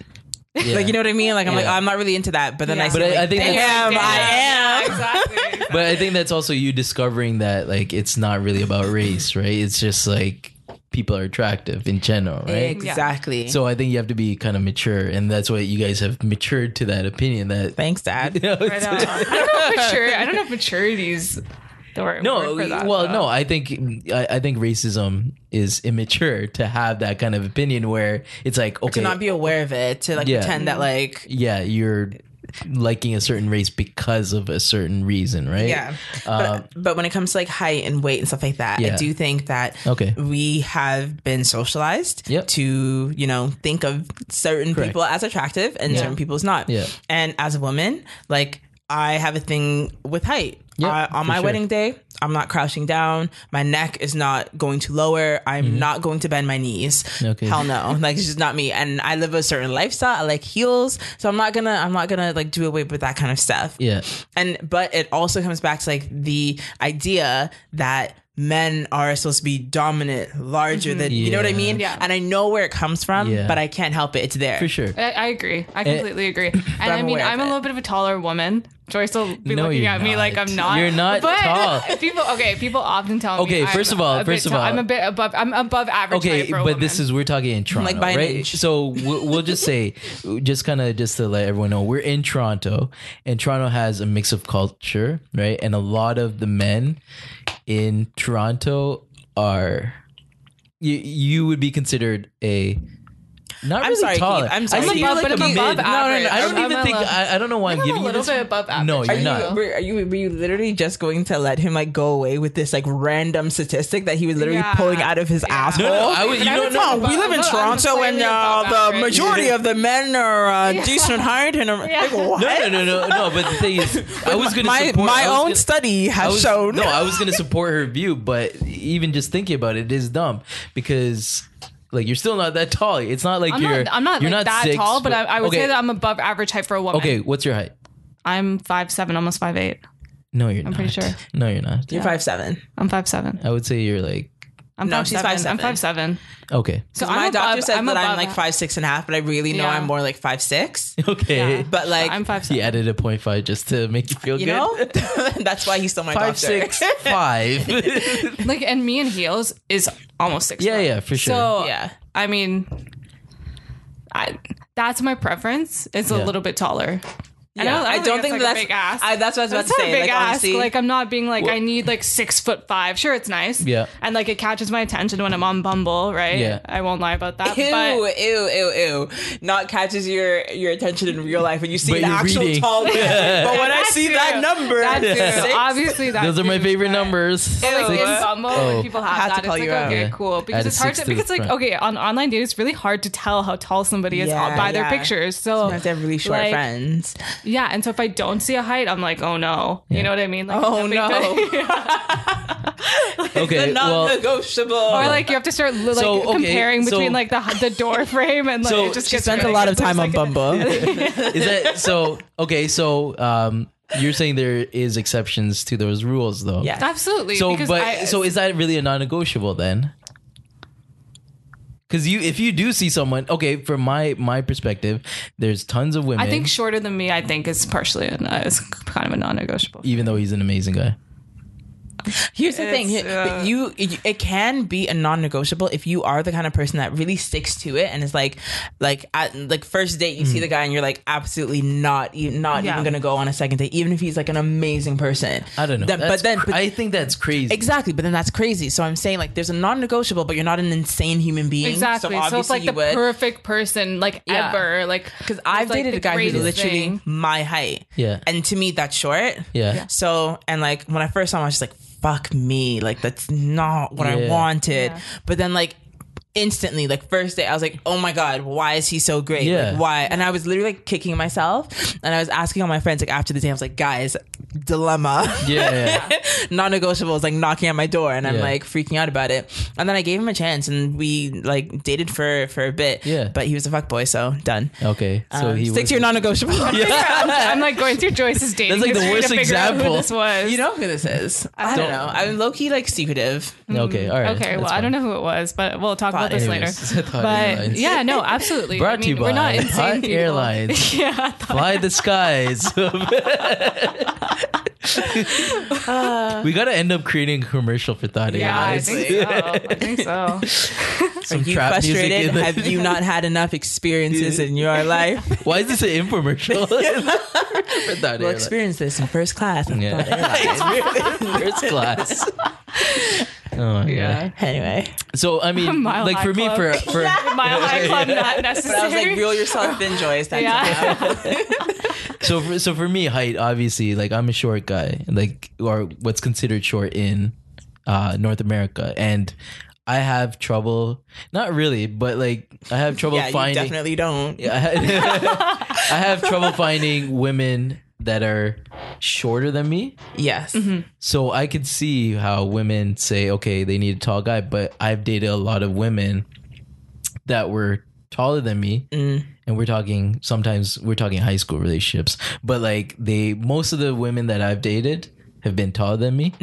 Yeah. Like you know what I mean? Like I'm like Yeah. oh, I'm not really into that, but then I Yeah. see, But I- like, I think that's- damn, I am. Exactly. but I think that's also you discovering that like it's not really about race, right? It's just like people are attractive in general, right? Exactly. So So I think you have to be kind of mature, and that's why you guys have matured to that opinion that. thanks, Dad. Right on. I don't know if mature. I don't know if maturity's the right No, word for that. well, though. no. I think I, I think racism is immature to have that kind of opinion where it's like okay, To not be aware of it, to like Yeah. pretend that like yeah, you're liking a certain race because of a certain reason, right? Um, yeah. but, but when it comes to like height and weight and stuff like that, Yeah. I do think that Okay. we have been socialized Yep. to you know think of certain Correct. people as attractive and certain people as not. Yeah. And as a woman, like I have a thing with height. Yep, I- on for my sure. wedding day, I'm not crouching down. My neck is not going to lower. I'm not going to bend my knees. Mm-hmm. Okay. Hell no. Like it's just not me. And I live a certain lifestyle. I like heels. So I'm not gonna I'm not gonna like do away with that kind of stuff Yeah. and but it also comes back to like the idea that men are supposed to be dominant larger than you know what i Yeah. mean Yeah. and i know where it comes from Yeah. but i can't help it it's there For sure. I, I agree. I Eh. completely agree. And I I'm mean, aware of I'm a it. little bit of a taller woman. Joyce will be No, looking you're at me like not. I'm not. You're not but tall. People, okay, people often tell me. Okay, I'm first of all- a first bit of tall. all- I'm a bit above. I'm above average. Okay, height for a but woman. this is we're talking in Toronto, by an right? inch. So we'll, we'll just say, just kind of just to let everyone know, we're in Toronto, and Toronto has a mix of culture, right? And a lot of the men in Toronto are you you would be considered a not I'm really sorry, tall. Keith. I'm sorry. I see you like Above- but a I'm mid. above No, no, average. no. I don't I'm even a think little- I, I don't know why I'm, I'm a giving you little this. bit above average. No, Are you're you- not. were, are you were you literally just going to let him like go away with this like random statistic that he was literally Yeah. pulling out of his Yeah. asshole? No, no, I would- you Come don't on, know. we live in I'm Toronto slightly and above uh, the average. majority of the men are uh, decent height and are, like, what? No, no, no, no, no. But the thing is, I was gonna my support my I was own gonna- study I has was- shown No, I was gonna support her view, but even just thinking about it, it is dumb because like you're still not that tall. It's not like I'm you're not. I'm not you're like that six tall, but I, I would okay, say that I'm above average height for a woman. Okay, what's your height? I'm five seven, almost five eight. No, you're I'm not. pretty sure. No, you're not. You're five seven. I'm five seven. I would say you're like I'm No, five she's seven. I'm 5'7". five seven. okay. So my I'm doctor above, says I'm that above I'm like five six and a half, but I really know Yeah. I'm more like five six. Okay. Yeah. But like I'm five He seven. added a point five just to make you feel you good. know, that's why he's still my Five doctor. six five. Like and me in heels is almost six. yeah, foot. yeah, for sure. So Yeah. I mean, I that's my preference. It's Yeah. a little bit taller. And Yeah. I, don't think, that's that's, like a big ass. I, that's what I was about that's to not say. a big like, ass. honestly, like I'm not being like I need like six foot five. Sure, it's nice. Yeah. and like it catches my attention when I'm on Bumble, right? Yeah. I won't lie about that. ew, uh, But ew, ew, ew. Not catches your your attention in real life, and you see But an you're actual reading. tall man. but when I That's see true. that number, that too, six, obviously that Those are my too, favorite but- numbers. Like Ew. in Six. Bumble, Oh. when people have, Have to that, it's call like you out. okay, Yeah. cool. Because Add a it's hard six to to the because like front. okay on online dating, it's really hard to tell how tall somebody is Yeah, by yeah. their pictures. So Sometimes they have really short like, friends. Yeah, and so if I don't see a height, I'm like, oh no, you know what I mean? Like, Oh, nothing- no. Okay, the well- non-negotiable. or like you have to start li- like So, okay, comparing so- between like the the door frame and like So it just she gets spent a really lot of confusing. time on It's like- Bumble. is that so? Okay, so um, you're saying there is exceptions to those rules, though. Yes. Absolutely. So, because but I, so is that really a non-negotiable then? Because you, if you do see someone, okay, from my my perspective, there's tons of women. I think shorter than me, I think is partially an, uh, is kind of a non-negotiable. even though he's an amazing guy. Here's the thing: It's, Here- uh, you it can be a non-negotiable if you are the kind of person that really sticks to it and is like, like at like first date you see the guy and you're like absolutely not e- not Mm. Yeah. even gonna go on a second date even if he's like an amazing person. I don't know. Then- That's but then cr- but- I think that's crazy. exactly, but then that's crazy. So I'm saying like there's a non-negotiable, but you're not an insane human being. Exactly. So, it's obviously like you the would. perfect person, like Yeah. ever, like because I've dated a guy who's literally my height. Yeah. And to me, that's short. Yeah. Yeah. So, and like when I first saw him, I was just like, fuck me. Like, that's not what I Yeah. wanted. Yeah. But then, like, instantly, like, first day, I was like, oh my God, why is he so great? Yeah. Like, why? And I was literally like kicking myself. And I was asking all my friends, like, after the day, I was like, guys, dilemma. Yeah. non negotiables, like knocking at my door. And I'm Yeah. like freaking out about it. And then I gave him a chance and we like dated for for a bit. Yeah. But he was a fuck boy, so done. Okay. So Um, he stick was- to your non-negotiable. I'm, I'm, like going through Joyce's dating. like the history worst to figure out example. Who this was. You know who this is? I Don't- don't know. I'm low key like secretive. Okay. All right. Okay, well, I don't know who it was, but we'll talk about this Anyways, later. Thought But Airlines. yeah, no, absolutely. Brought I to you mean, we're not by insane Hot people. Airlines. yeah, th- Fly the skies. we gotta end up creating a commercial for Thought yeah, I Airlines. think so. I think so. Some you trap music frustrated? in the- Have you not had enough experiences in your life? Why is this an infomercial? For Thought We'll Airlines. experience this in first class. on Yeah. Thought Airlines. first class. Oh my god. Yeah. anyway, So I mean, Mile like High for me, Club. for for Mile High Club, not but I was like, necessary. reel yourself in, Joyce. That's yeah. so for, so for me, height obviously, like I'm a short guy, like or what's considered short in uh, North America, and I have trouble. Not really, but like I have trouble yeah, you finding. definitely don't. I ha- I have trouble finding women that are shorter than me. Yes. Mm-hmm. So I could see how women say, okay, they need a tall guy, but I've dated a lot of women that were taller than me. And we're talking sometimes we're talking high school relationships, but like they most of the women that I've dated have been taller than me,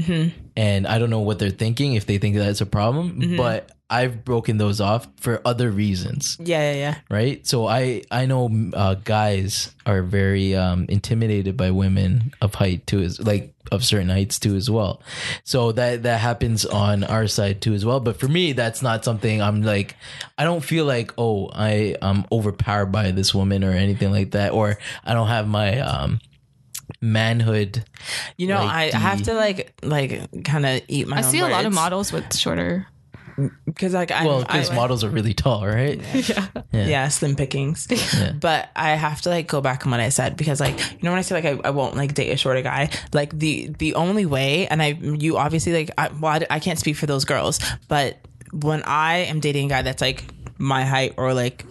and I don't know what they're thinking if they think that's a problem. But I've broken those off for other reasons Yeah, yeah, yeah. right so i i know uh, guys are very um intimidated by women of height too is like of certain heights too as well so that that happens on our side too as well but for me that's not something i'm like i don't feel like oh i i'm overpowered by this woman or anything like that or i don't have my um manhood You know, Like I, I the- have to like like kind of eat my. I see a lot of models with shorter. because like I'm, well I, because models are really tall right yeah, slim pickings. But I have to like go back on what I said because like you know when I say like I, I won't like date a shorter guy, like the the only way, and I you obviously like I, well I, d- I can't speak for those girls, but when I am dating a guy that's like my height or like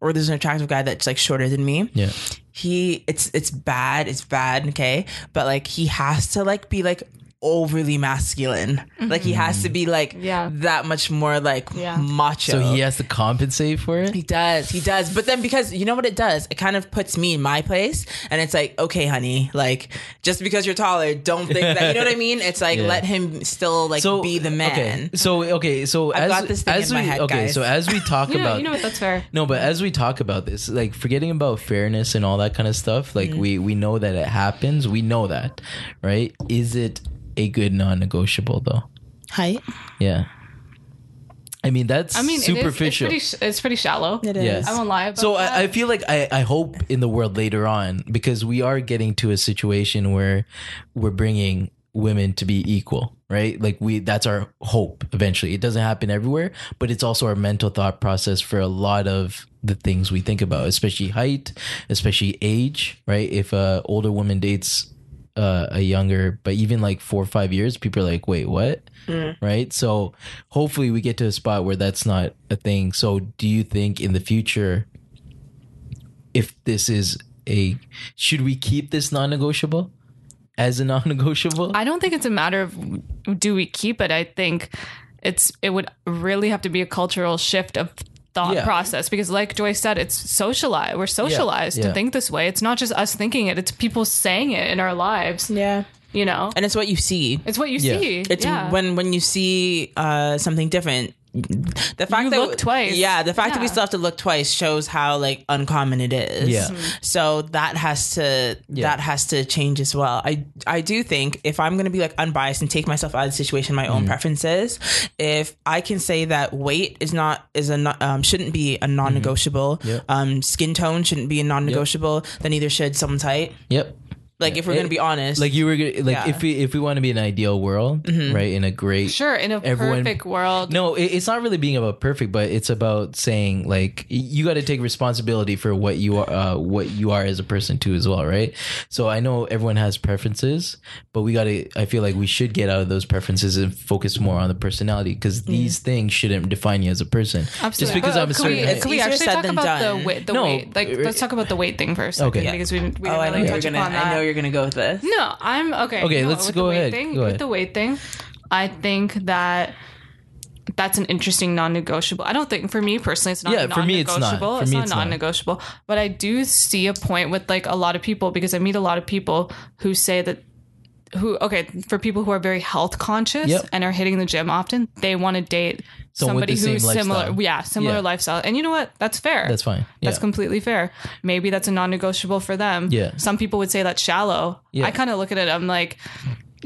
or there's an attractive guy that's like shorter than me, yeah he it's it's bad it's bad okay but like he has to like be like overly masculine. Like he has to be like Yeah. that much more like Yeah. Mm. macho. So he has to compensate for it. He does. He does. But then because you know what it does? It kind of puts me in my place and it's like, okay, honey, like just because you're taller, don't think that you know what I mean? It's like Yeah. let him still like So be the Okay. man. So okay. So I've as got this thing as in we my head, okay. guys. So as we talk You know, about you know what? That's fair. No, but as we talk about this, like forgetting about fairness and all that kind of stuff, like Mm. we we know that it happens. We know that, right? Is it a good non-negotiable though? Height. Yeah. I mean, that's I mean, it is- superficial. it's, pretty, sh- it's pretty shallow. It Yes. is. I won't lie about so that. I, I feel like I, I hope in the world later on because we are getting to a situation where we're bringing women to be equal right like we that's our hope eventually it doesn't happen everywhere but it's also our mental thought process for a lot of the things we think about especially height especially age right if a older woman dates uh, a younger but even like four or five years people are like wait what right? So hopefully we get to a spot where that's not a thing. So do you think in the future, if this is a, should we keep this non-negotiable as a non-negotiable? I don't think it's a matter of do we keep it. I think it's it would really have to be a cultural shift of thought Yeah. process because like Joyce said, it's socialized. We're socialized yeah. to think this way. It's not just us thinking it, it's people saying it in our lives. Yeah. You know? And it's what you see. It's what you Yeah. see. It's yeah. when when you see uh, something different. The fact You that look twice. yeah, the fact that we Yeah. still have to look twice shows how like uncommon it is. Yeah. Mhm. Mm-hmm. So that has to Yeah. that has to change as well. I I do think if I'm gonna be like unbiased and take myself out of the situation, my Mm-hmm. own preferences, if I can say that weight is not is a no- um, shouldn't be Mm-hmm. a non-negotiable, Yeah. um, skin tone shouldn't be a non-negotiable, then either should someone's height. yep. Like if we're It- gonna be honest, Like you were gonna- like Yeah. if we if we want to be an ideal world, right? In a great Mm-hmm. sure, in a Everyone- perfect world. No, it, it's not really being about perfect, but it's about saying like y- you got to take responsibility for what you are, uh, what you are as a person too, as well, right? So I know everyone has preferences, but we got to. I feel like we should get out of those preferences and focus more on the personality because these things shouldn't define you as a person. Just Mm-hmm. Absolutely. because But I'm a can certain. we, height- can we It's easier actually said talk than about done. the weight the No, weight. Like it- let's talk about the weight thing first. Okay. Okay. Because we didn't we oh, didn't I know really you're touch gonna upon that. I know you're gonna go with this. No, I'm okay. Okay, No, let's with go the weight ahead, Thing, go ahead. With the weight thing, I think that that's an interesting non-negotiable. I don't think for me personally, it's not Yeah, for me, it's not. non-negotiable. For it's me, not it's not. non-negotiable. But I do see a point with like a lot of people because I meet a lot of people who say that who okay for people who are very health conscious Yep. and are hitting the gym often, they want to date Someone with somebody the same who's similar. lifestyle. Yeah, similar Yeah. lifestyle. And you know what? That's fair. That's fine. That's Yeah. completely fair. Maybe that's a non-negotiable for them. Yeah. Some people would say that's shallow. Yeah. I kind of look at it. I'm like,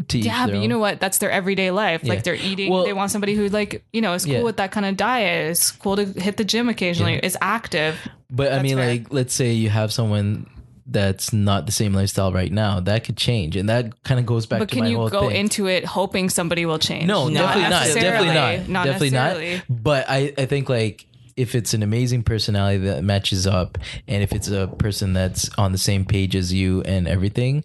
to each yeah, their but you own. know what? That's their everyday life. Yeah. Like they're eating. Well- they want somebody who like you know is cool Yeah. with that kind of diet. Is cool to hit the gym occasionally. Is active. But I mean, fair. like, let's say you have someone that's not the same lifestyle right now. That could change, and that kind of goes back But to can my you whole go thing. into it hoping somebody will change? No, definitely not. necessarily. Definitely not. Not definitely necessarily. not. But I, I think like if it's an amazing personality that matches up, and if it's a person that's on the same page as you and everything,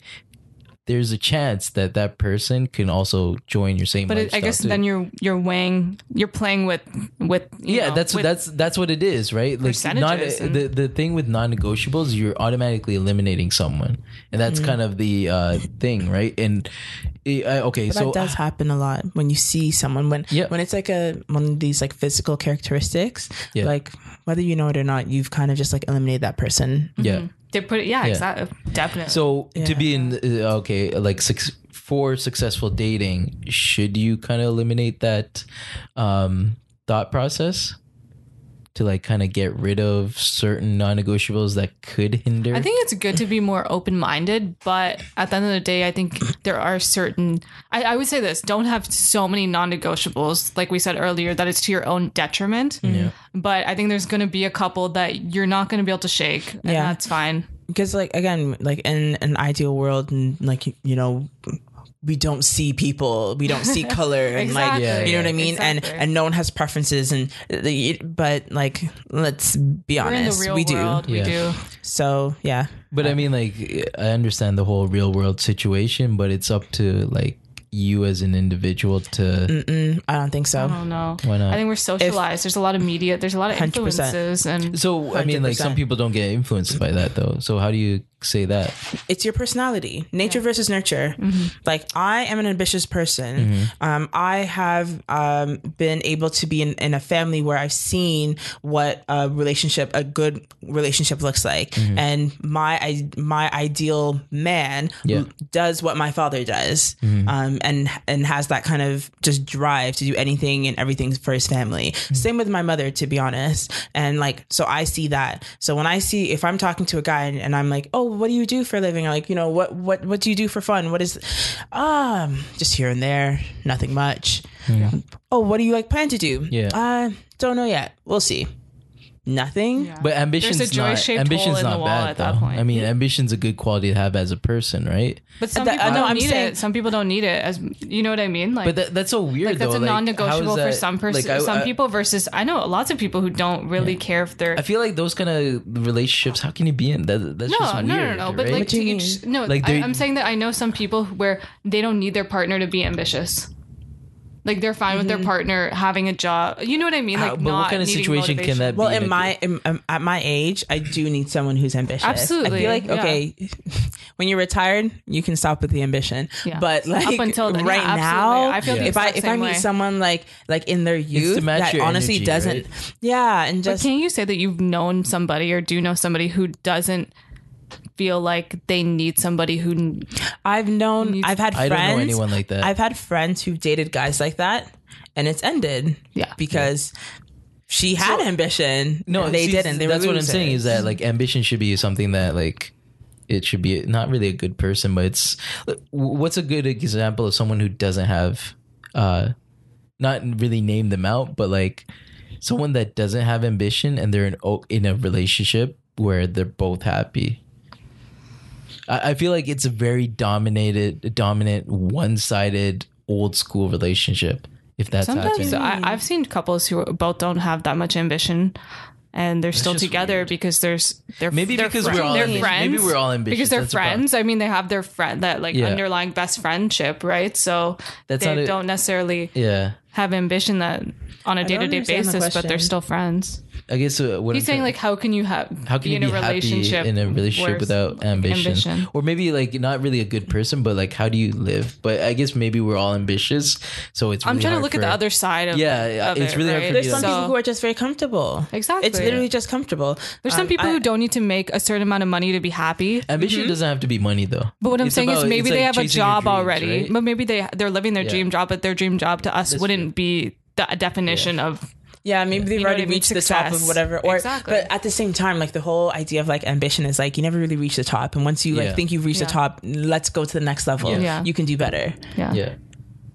there's a chance that that person can also join your same. But it, I guess then you're you're weighing. You're playing with with you yeah, know, that's with, that's that's what it is, right? Like not Percentages and- the the thing with non-negotiables, you're automatically eliminating someone, and that's Mm. kind of the uh, thing, right? And eh, I- okay, But so that does uh, happen a lot when you see someone when Yeah. when it's like a one of these like physical characteristics, Yeah. like whether you know it or not, you've kind of just like eliminated that person. yeah. They put it. Yeah, exactly. Definitely. So to Mm-hmm. Yeah. be in uh, okay, like six for successful dating, should you kind of eliminate that um, thought process to like kind of get rid of certain non-negotiables that could hinder? I think it's good to be more open minded, but at the end of the day, I think there are certain. I, I would say this: don't have so many non negotiables, like we said earlier, that it's to your own detriment. But I think there's going to be a couple that you're not going to be able to shake, and Yeah. that's fine. Because like again, like in an ideal world and like you know we don't see people, we don't see color and like Exactly. you know what I mean? And Exactly. and no one has preferences and the- but like let's be We're in the honest, real we world. do. We Yeah. do. So, yeah. But I mean, like, I understand the whole real world situation, but it's up to like you as an individual to Mm, I don't think so. I don't know. Why not? I think we're socialized. there's a lot of media. There's a lot of 100%. influences, and So I mean, like some 100%. people don't get influenced by that though. So how do you say that? it's your personality nature versus nurture like i am an ambitious person um, i have um, been able to be in, in a family where i've seen what a relationship a good relationship looks like and my I, my ideal man Yeah. does what my father does um, and and has that kind of just drive to do anything and everything for his family same with my mother to be honest and like so i see that so when i see if i'm talking to a guy and, and i'm like oh what do you do for a living like you know what what what do you do for fun what is um just here and there nothing much oh what do you like plan to do Yeah. uh don't know yet we'll see nothing Yeah. But ambition's There's a not joy-shaped hole ambition's in the not wall bad at though. that point. I mean, ambition's a good quality to have as a person, right? But some that- people I know, don't uh, I'm need saying- it. Some people don't need it. As you know what I mean? Like, But that, that's so weird. like that's though. a Like, how is non-negotiable for that- some person, like, I- some I- people. Versus, I know lots of people who don't really care if they're. I feel like those kind of relationships. How can you be in that? That's no, just weird, no, no, no. But right? like, do to you each, no. Like, I, they- am saying that I know some people where they don't need their partner to be ambitious. Like they're fine with their Mm-hmm. partner having a job. You know what I mean? Like, How- but not what kind of needing situation can motivation. that? Well, be in a- my in, um, at my age, I do need someone who's ambitious. I Absolutely, feel like yeah. okay, when you're retired, you can stop with the ambition. Yeah. But like Up until then, yeah, right absolutely. now, I feel the if I exact if I same meet way. someone like like in their youth match that your honestly energy, doesn't, right? yeah, and But just can you say that you've known somebody or do know somebody who doesn't feel like they need somebody who? I've known I've had I friends. don't know anyone like that. I've had friends who've dated guys like that, and it's ended. Yeah. because. She had ambition. no, and they see, didn't. They were that's what I'm losers. saying is that like ambition should be something that like it should be not really a good person, but it's what's a good example of someone who doesn't have, uh, not really name them out, but like someone that doesn't have ambition and they're in o- in a relationship where they're both happy. I, I feel like it's a very dominated, dominant, one sided, old school relationship. If that's happening. Sometimes I, I've seen couples who both don't have that much ambition. And they're still just together because there's they're Maybe they're because friends. we're all they're ambi- friends maybe we're all ambitious. because they're That's the problem. friends. I mean, they have their friend that like Yeah. underlying best friendship, right? So That's they not a- don't necessarily yeah, have ambition that on a day to day understand the basis, but they're question. still friends. I guess uh, what He's I'm saying trying- like, how can you have how can be you in be a relationship happy in a relationship where- without ambition? ambition. or maybe like not really a good person but like how do you live but i guess maybe we're all ambitious so it's I'm really trying to hard look for- at the other side of Yeah, yeah, of it's it, really hard for right? me There's Yeah. some so, people who are just very comfortable. Exactly. It's literally just comfortable. Um, there's some people who don't need to make a certain amount of money to be happy. ambition doesn't have to be money though Mm-hmm. But what I'm It's saying about- is maybe it's, they like, have a chasing your job dreams, already, right? but maybe they they're living their Yeah. dream job, but their dream job to us wouldn't be the definition of Yeah, maybe they've know what already I mean? reached the top of Success. whatever. Or, Exactly. But at the same time, like the whole idea of like ambition is like you never really reach the top, and once you like Yeah. think you've reached Yeah. the top, let's go to the next level. Yeah. Yeah. You can do better. yeah. yeah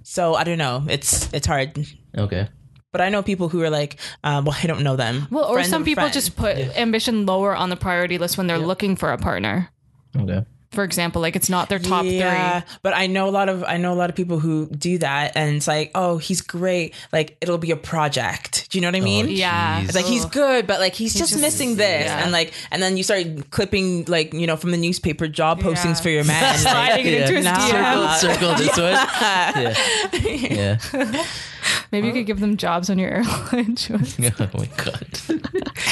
So I don't know. It's it's hard, okay but I know people who are like, um, well, I don't know them. Well, or Friend some of people friend. just put ambition lower on the priority list when they're looking for a partner. okay For example, like it's not their top three. but I know a lot of I know a lot of people who do that, and it's like, oh, he's great. Like it'll be a project. Do you know Uh-huh. what I mean? Yeah, Jeez. It's like he's Ugh. good, but like he's Oh. just, just- missing this, yeah. and like, and then you start clipping like you know from the newspaper job postings for your man. and, like, Sliding it into his Nah. DM. circle this one yeah yeah Maybe you could give them jobs on your airline. Joyce. oh my god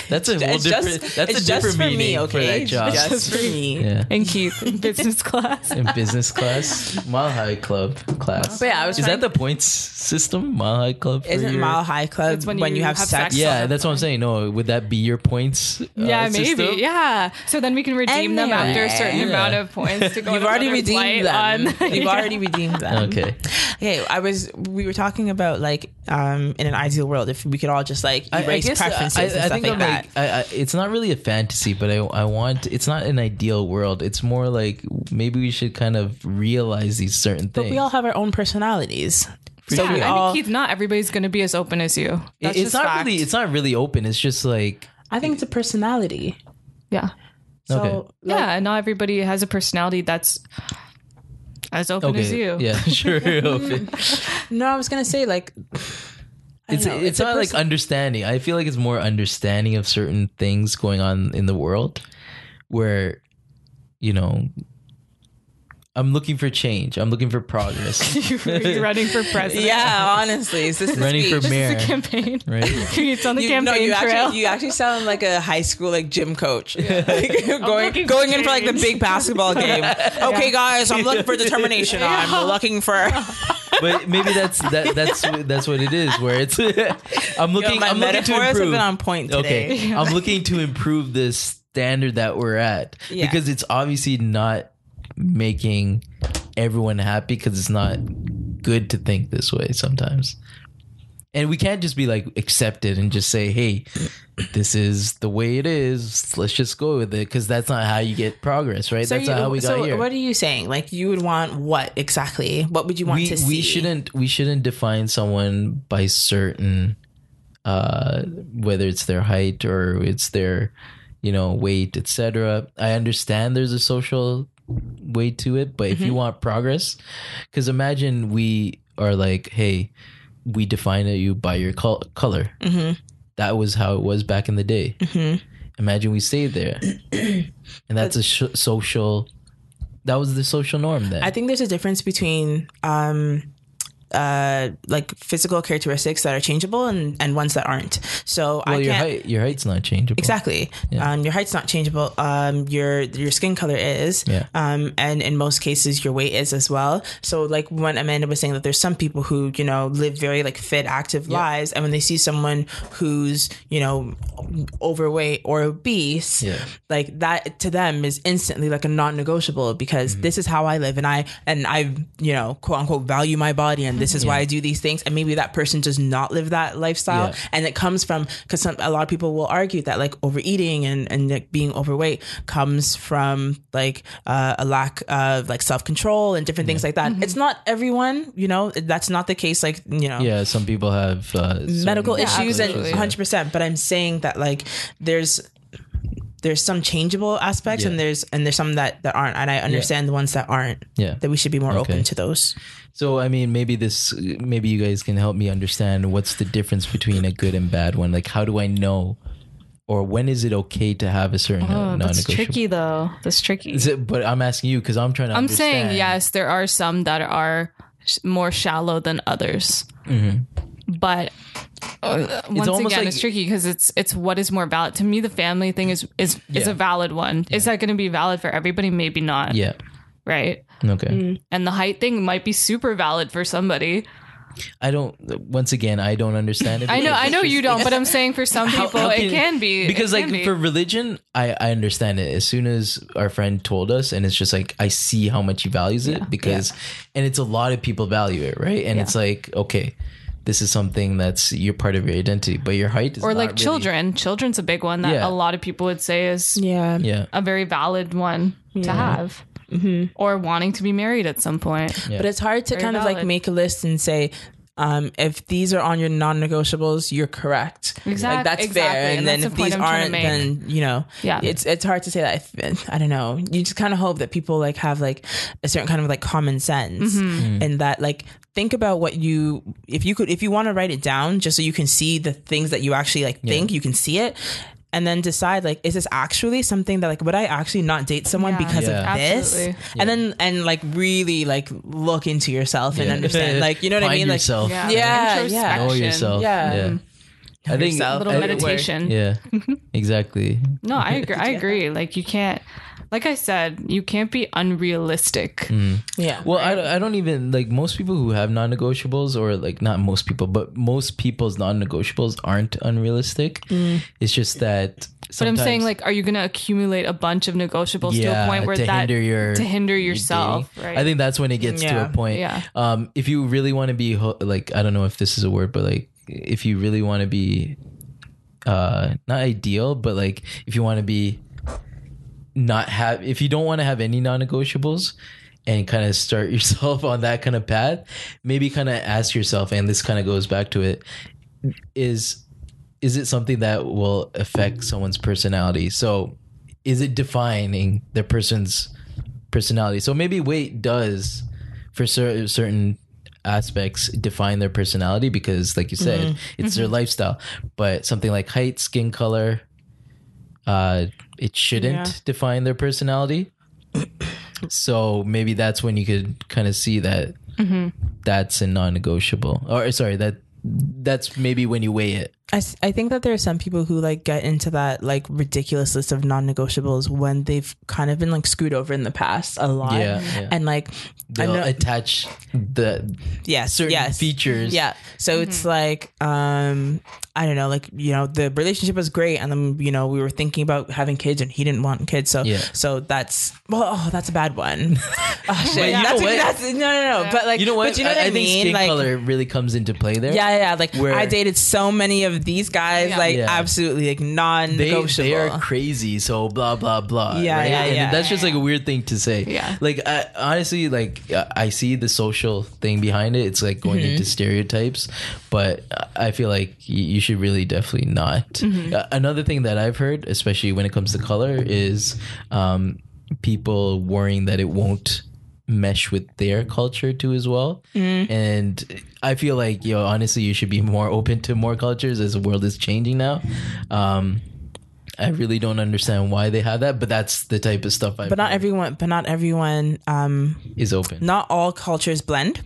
that's a whole it's different just that's it's a just different for meaning me, for okay? that job It's just for me. yeah and Keith in business Uh, class. in business class mile high club class But yeah, I was is trying- that the points system mile high club for Isn't your- Mile High Club It's when, you, have, sex? Yeah. Yeah, that's what I'm saying. No, would that be your points? uh, Yeah, system? maybe. Yeah. So then we can redeem them after a certain Anyway. amount of points to go. You've on already another redeemed flight them. on- You've already redeemed them. Okay. Okay, I was. We were talking about like, um, in an ideal world, if we could all just like I, I erase guess I, preferences I, I and stuff think like I'm that. like I, I, it's not really a fantasy, but I I want it's not an ideal world. It's more like maybe we should kind of realize these certain but things. we all have our own personalities, so yeah, we I all. mean, Keith, not everybody's going to be as open as you. It- That's it's just not fact. really it's not really open. It's just like I think it's a personality. yeah. So Okay. like, yeah. And not everybody has a personality that's as open as okay, you. yeah, sure. open. no, I was gonna say like, I It's don't know, it's, a not like person- understanding. I feel like it's more understanding of certain things going on in the world, where you know. I'm looking for change. I'm looking for progress. You're running for president. Yeah, honestly, this is Running for speech. mayor. This is a campaign. Right. it's on the You, campaign no, you trail. actually you actually sound like a high school like gym coach, like, going looking for going in for like the change. big basketball game. Okay, guys, I'm looking for determination. I'm looking for. but maybe that's that that's that's what it is. Where it's I'm looking. my I'm looking to metaphors have improve. been on point today. Okay, I'm looking to improve this standard that we're at Yeah. because it's obviously not making everyone happy because it's not good to think this way sometimes. And we can't just be like accept it and just say, "Hey, this is the way it is. Let's just go with it," because that's not how you get progress, right? that's you, not how we got so here. what are you saying? Like you would want what exactly? What would you want we to see? we shouldn't we shouldn't define someone by certain uh whether it's their height or it's their you know weight etc i understand there's a social way to it but Mm-hmm. if you want progress because imagine we are like hey we define you by your col- color Mm-hmm. that was how it was back in the day imagine we stayed there and that's a sh- social that was the social norm then I think there's a difference between um uh like physical characteristics that are changeable and and ones that aren't. So I well, your can't height, your height's not changeable. Exactly. Um, your height's not changeable. Um, your your skin color is. Yeah. Um, and in most cases, your weight is as well. So, like when Amanda was saying that there's some people who you know live very like fit, active lives, and when they see someone who's you know overweight or obese, Yeah. like that to them is instantly like a non-negotiable because Mm-hmm. this is how I live, and I and I you know quote unquote value my body, and this is why I do these things, and maybe that person does not live that lifestyle, Yeah. and it comes from because a lot of people will argue that like overeating and and like, being overweight comes from like uh, a lack of like self control and different things like that. It's not everyone, you know, that's not the case. Like you know, Yeah, some people have uh, certain medical issues and issues, yeah. 100%. But I'm saying that like there's there's some changeable aspects Yeah. and there's and there's some that that aren't and i understand the ones that aren't Yeah. that we should be more Okay. open to those So I mean, maybe this, maybe you guys can help me understand what's the difference between a good and bad one. Like, how do I know, or when is it okay to have a certain Oh, non-negotiable? that's tricky though. That's tricky. Is it- but I'm asking you because I'm trying to. I'm understand. saying yes, there are some that are sh- more shallow than others, Mm-hmm. but uh, once almost again, like- it's tricky because it's it's what is more valid to me. The family thing is is is Yeah. a valid one. Is that going to be valid for everybody? Maybe not. Yeah. Right. Okay. And the height thing might be super valid for somebody. I don't. Once again, I don't understand it. I know. because I it's know just- you don't, but I'm saying for some How- people how it can be It because like can be. for religion I, I understand it as soon as our friend told us and it's just like i see how much he values it because and it's a lot of people value it right and it's like okay this is something that's you're part of your identity but your height is or not like really- children. Children's a big one that Yeah. a lot of people would say is yeah yeah a very valid one to have. Or wanting to be married at some point. Yeah. but it's hard Very to kind of like valid. make a list and say um, if these are on your non-negotiables you're correct Exact- like that's exactly, fair and, and then that's if the point these I'm trying to aren't make. then you know Yeah. it's it's hard to say that if, i don't know you just kind of hope that people like have like a certain kind of like common sense Mm-hmm. and that like think about what you if you could if you want to write it down just so you can see the things that you actually like think you can see it and then decide like is this actually something that like would i actually not date someone Yeah. because Yeah. of this Absolutely. and then and like really like look into yourself and understand like you know what i Find mean like yourself Yeah. Yeah, yeah. know Introspection. yourself Yeah. yeah, i think yourself. A little It- it meditation. yeah exactly No, I agree. I agree. Like you can't like I said, you can't be unrealistic. Mm, yeah Well, I, don't- I don't even like most people who have non negotiables, or like not most people, but most people's non negotiables aren't unrealistic. It's just that. Mm. But I'm Sometimes, saying like are you gonna accumulate a bunch of negotiables to Yeah, a point where to that hinder your- to hinder you're yourself, dating. right? I think that's when it gets to Yeah. a point. Yeah. Um, if you really want to be ho- like, I don't know if this is a word, but like, if you really want to be, uh, not ideal, but like, if you want to be, not have, if you don't want to have any non-negotiables, and kind of start yourself on that kind of path, maybe kind of ask yourself, and this kind of goes back to it, is is it something that will affect someone's personality? So is it defining the person's personality? So maybe weight does for cer- certain aspects define their personality because like you said, Mm-hmm. it's their lifestyle. But something like height, skin color, uh it shouldn't Yeah. define their personality. So maybe that's when you could kind of see that Mm-hmm. that's a non-negotiable. Or sorry, that that's maybe when you weigh it. I, s- I think that there are some people who like get into that like ridiculous list of non-negotiables when they've kind of been like screwed over in the past a lot Yeah, yeah. and like I They'll know, attach the yes certain yes features. yeah so it's like um I don't know like you know the relationship was great and then you know we were thinking about having kids and he didn't want kids so Yeah. so that's well oh that's a bad one oh, shit. you that's, know what? that's no no no but like You know what? but you know I, what I, I think mean skin like color really comes into play there. yeah, yeah, yeah. Like Where- I dated so many of these guys, Yeah. like Yeah. absolutely like They, non-negotiable. they are crazy, so blah blah blah. Yeah, right? yeah, And yeah. That's just like a weird thing to say. Yeah. Like I, honestly, like I- I see the social thing behind it. It's like going Mm-hmm. into stereotypes, but I feel like y- you should really definitely not. Mm-hmm. Uh, another thing that I've heard, especially when it comes to color, is um, people worrying that it won't mesh with their culture too as well Mm. and i feel like yo honestly you should be more open to more cultures as the world is changing now um i really don't understand why they have that but that's the type of stuff i but not everyone. But not everyone. Um, is open not all cultures blend,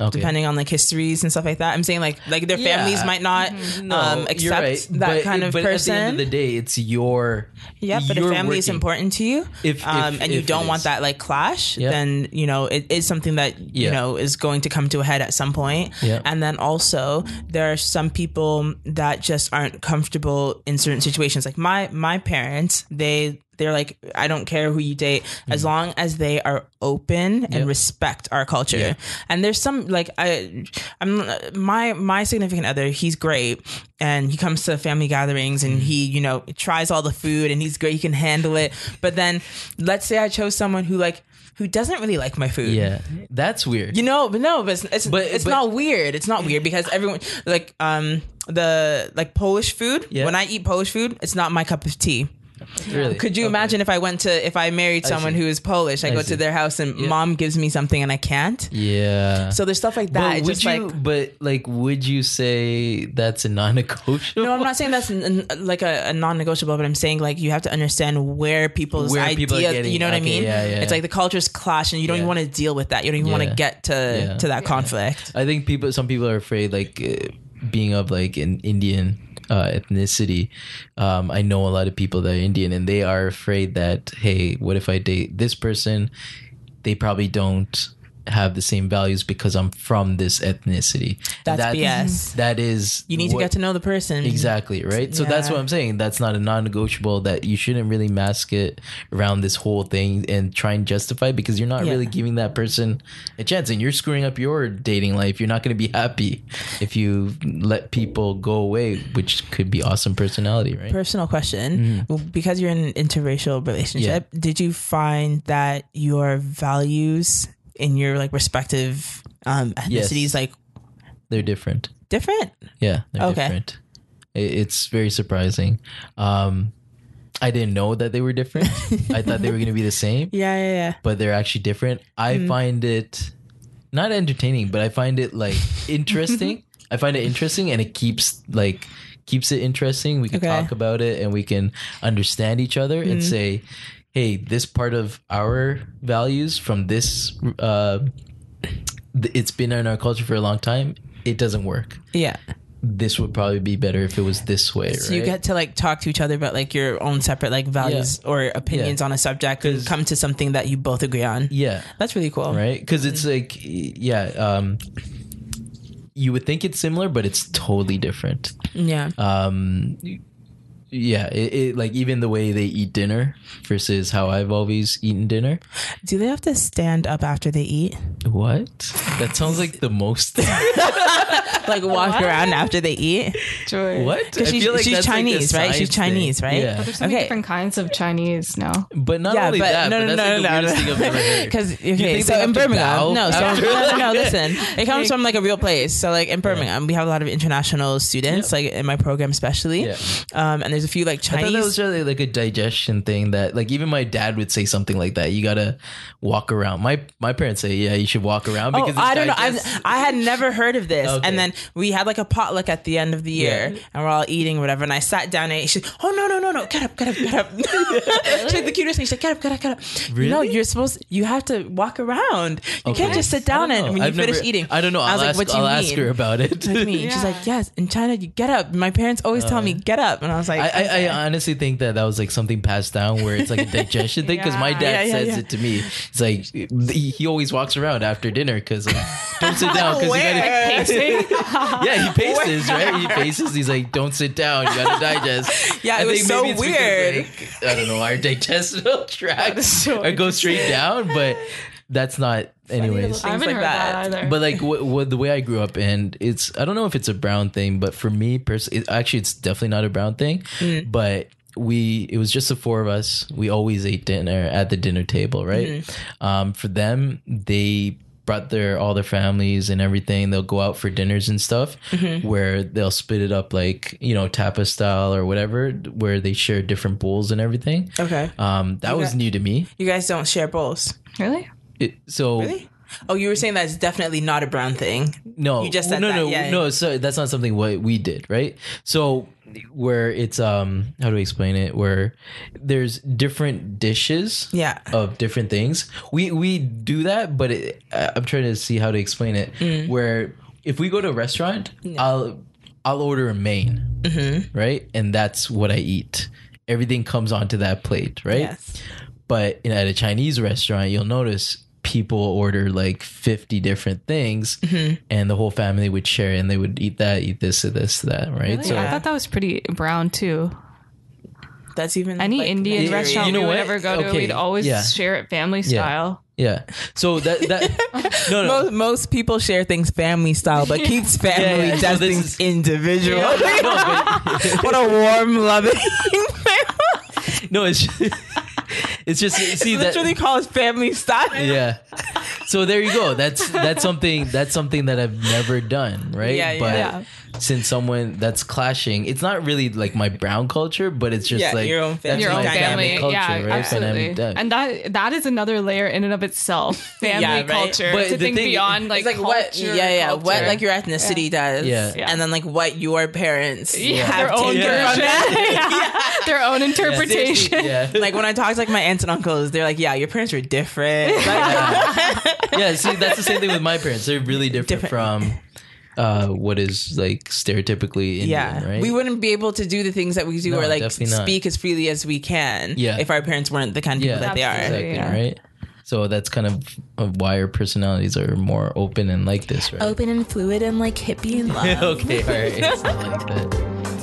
okay. depending on like histories and stuff like that. I'm saying like like their Yeah. Mm-hmm. families might not No, um, you're accept right, that but- kind of but person. at the end of the day it's your yeah, but if your family is working- important to you, If- if- um, and you if it don't want is. that like clash, Yeah. then you know it is something that you Yeah. know is going to come to a head at some point. Yeah. And then also there are some people that just aren't comfortable in certain situations. Like my my parents, they they're like I don't care who you date Hmm. as long as they are open and respect our culture. Yeah. And there's some like I I'm my my significant other, he's great and he comes to family gatherings and Hmm. he, you know, tries all the food and he's great, he can handle it. But then let's say I chose someone who like who doesn't really like my food. yeah that's weird You know, but no, but it's it's, But- it's but- not weird. It's not weird because everyone like um the like Polish food. Yeah. When I eat Polish food, it's not my cup of tea. really Could you imagine if I went to if I married someone see. who is Polish, I, I go see. to their house and mom gives me something and I can't. yeah So there's stuff like that. but It's would just you like but like would you say that's a non-negotiable no, I'm not saying that's n- n- like a, a non-negotiable, but I'm saying like you have to understand where people's Where idea. people are getting- you know what I okay, mean? yeah, yeah, it's yeah. like the cultures clash, and you don't Yeah. even want to deal with that. You don't even want Yeah. to get to Yeah. to that conflict. I think people, some people are afraid, like uh, being of like an Indian uh, ethnicity. Um, I know a lot of people that are Indian, and they are afraid that, hey, what if I date this person? They probably don't have the same values because I'm from this ethnicity. That's BS. That is, You need to get to know the person Exactly, right? So that's Mm-hmm. Yeah. what I'm saying. That's not a non negotiable that you shouldn't really mask it around this whole thing and try and justify because you're not Yeah. really giving that person a chance and you're screwing up your dating life. You're not going to be happy if you let people go away, which could be awesome personality, right? personal question Mm-hmm. Well, because you're in an interracial relationship did you find that your values in your like respective um Yes. ethnicities like They're different. different Yeah, they're Okay. different. I- It's very surprising. Um, I didn't know that they were different. I thought they were going to be the same. yeah yeah yeah but they're actually different. I Mm-hmm. find it not entertaining, but I find it like interesting. I find it interesting and it keeps like keeps it interesting. We can Okay. Mm-hmm. talk about it and we can understand each other and say, "Hey, this part of our values from this uh th- it's been in our culture for a long time. It doesn't work. yeah This would probably be better if it was this way, so right? you get to like talk to each other about like your own separate like values or opinions Yeah. on a subject and 'Cause- come to something that you both agree on yeah. that's really cool right? Because it's Mm-hmm. like, yeah, um, you would think it's similar, but it's totally different. yeah Um, yeah, it, it like even the way they eat dinner versus how I've always eaten dinner. do they have to stand up after they eat What? That sounds like the most. like walk around after they eat Joy. what? because she's, like she's that's like a chinese right science she's chinese thing. right Yeah. There's so many Okay. different kinds of Chinese now. But not only that, no, but that's no, like the weirdest thing I've ever heard. Because they okay, so have in to bow Birmingham, no, so after- no, no, no, listen, it comes from like a real place. So like in Birmingham, we have a lot of international students, like in my program especially. Yeah. Um, and there's a few like I thought that was Chinese. really like a digestion thing that like even my dad would say something like that. You gotta walk around. My my parents say, yeah, you should walk around Oh, because it's I don't know. digest- I've, I had never heard of this. Okay. And then we had like a potluck at the end of the year, Yeah. and we're all eating whatever. And I sat down and ate. She's, oh no no no no, get up get up get up. She's like the cutest thing. She's like get up get up get up. No, Really? you're supposed. You have to walk around. You can't Okay. just sit I don't down and know. when you I've finish never- eating. I don't know. I'll, I was like, ask, what do you I'll mean? ask her about it. Like me. She's Yeah. like, yes, in China you get up. My parents always tell me get up, and I was like, Uh. I, I, okay. I honestly think that that was like something passed down where it's like a digestion thing because my Yeah. dad Yeah, yeah, says yeah. it to me. It's like he, he always walks around after dinner because like, don't sit down because you gotta. Where? Yeah, he paces right. He paces. He's like, don't sit down. You gotta digest. Yeah, it was think so maybe it's weird. Because, like, I don't know. Our digestive tracts so I go straight down, but that's not. Anyways, I haven't like heard that. that, either. but like what, what the way I grew up and it's I don't know if it's a brown thing, but for me personally, it, actually, it's definitely not a brown thing. Mm. But we it was just the four of us. We always ate dinner at the dinner table, right? Mm-hmm. Um, for them, they brought their all their families and everything they'll go out for dinners and stuff Mm-hmm. where they'll split it up like you know tapas style or whatever where they share different bowls and everything okay. um that was got- new to me You guys don't share bowls. really? it, so Really? Oh, you were saying that's definitely not a brown thing. No, You just said no, that, no, yeah. no. So that's not something what we did, right? So where it's um, how do I explain it? Where there's different dishes, Yeah. of different things. We we do that, but it, I- I'm trying to see how to explain it. Mm. Where if we go to a restaurant, I'll I'll order a main, Mm-hmm. right, and that's what I eat. Everything comes onto that plate, right? Yes. But in, at a Chinese restaurant, you'll notice people order like 50 different things Mm-hmm. and the whole family would share and they would eat that, eat this, this, that, right? Really? I thought that was pretty brown too. That's even Any like, Indian Nigerian. restaurant You know we what? would ever go to, Okay, we'd always yeah. share it family style. Yeah. So that, that, no, no. Most, most people share things family style, but Keith's family Yeah, yeah. does So this is- things individually. No, but- what a warm, loving family. no, it's just, it's just see that Literally call it family style. yeah. So there you go. That's that's something that's something that I've never done, right? Yeah, yeah. but Yeah. since someone that's clashing, it's not really like my brown culture, but it's just Yeah, like your own that's family Your my own family, dynamic yeah, culture, right? absolutely, Dynamic, yeah. and that that is another layer in and of itself. Family Yeah, right. culture But to the think thing- beyond like, It's like what, culture, yeah, yeah, what culture. like your ethnicity does, Yeah. Yeah. and then like what your parents Yeah, have their own taken version. from that. their own interpretation. yeah. like when I talk to like my aunts and uncles, they're like, "Yeah, your parents were different." Like, yeah, see, that's the same thing with my parents. They're really different, Different. from uh, what is like stereotypically Indian, yeah, right? we wouldn't be able to do the things that we do, No, or like definitely not. speak as freely as we can, Yeah. if our parents weren't the kind of yeah, people that they are. exactly, yeah. right? So that's kind of, of why our personalities are more open and like this, right? Open and fluid and like hippie and love. okay, all right. It's not like that.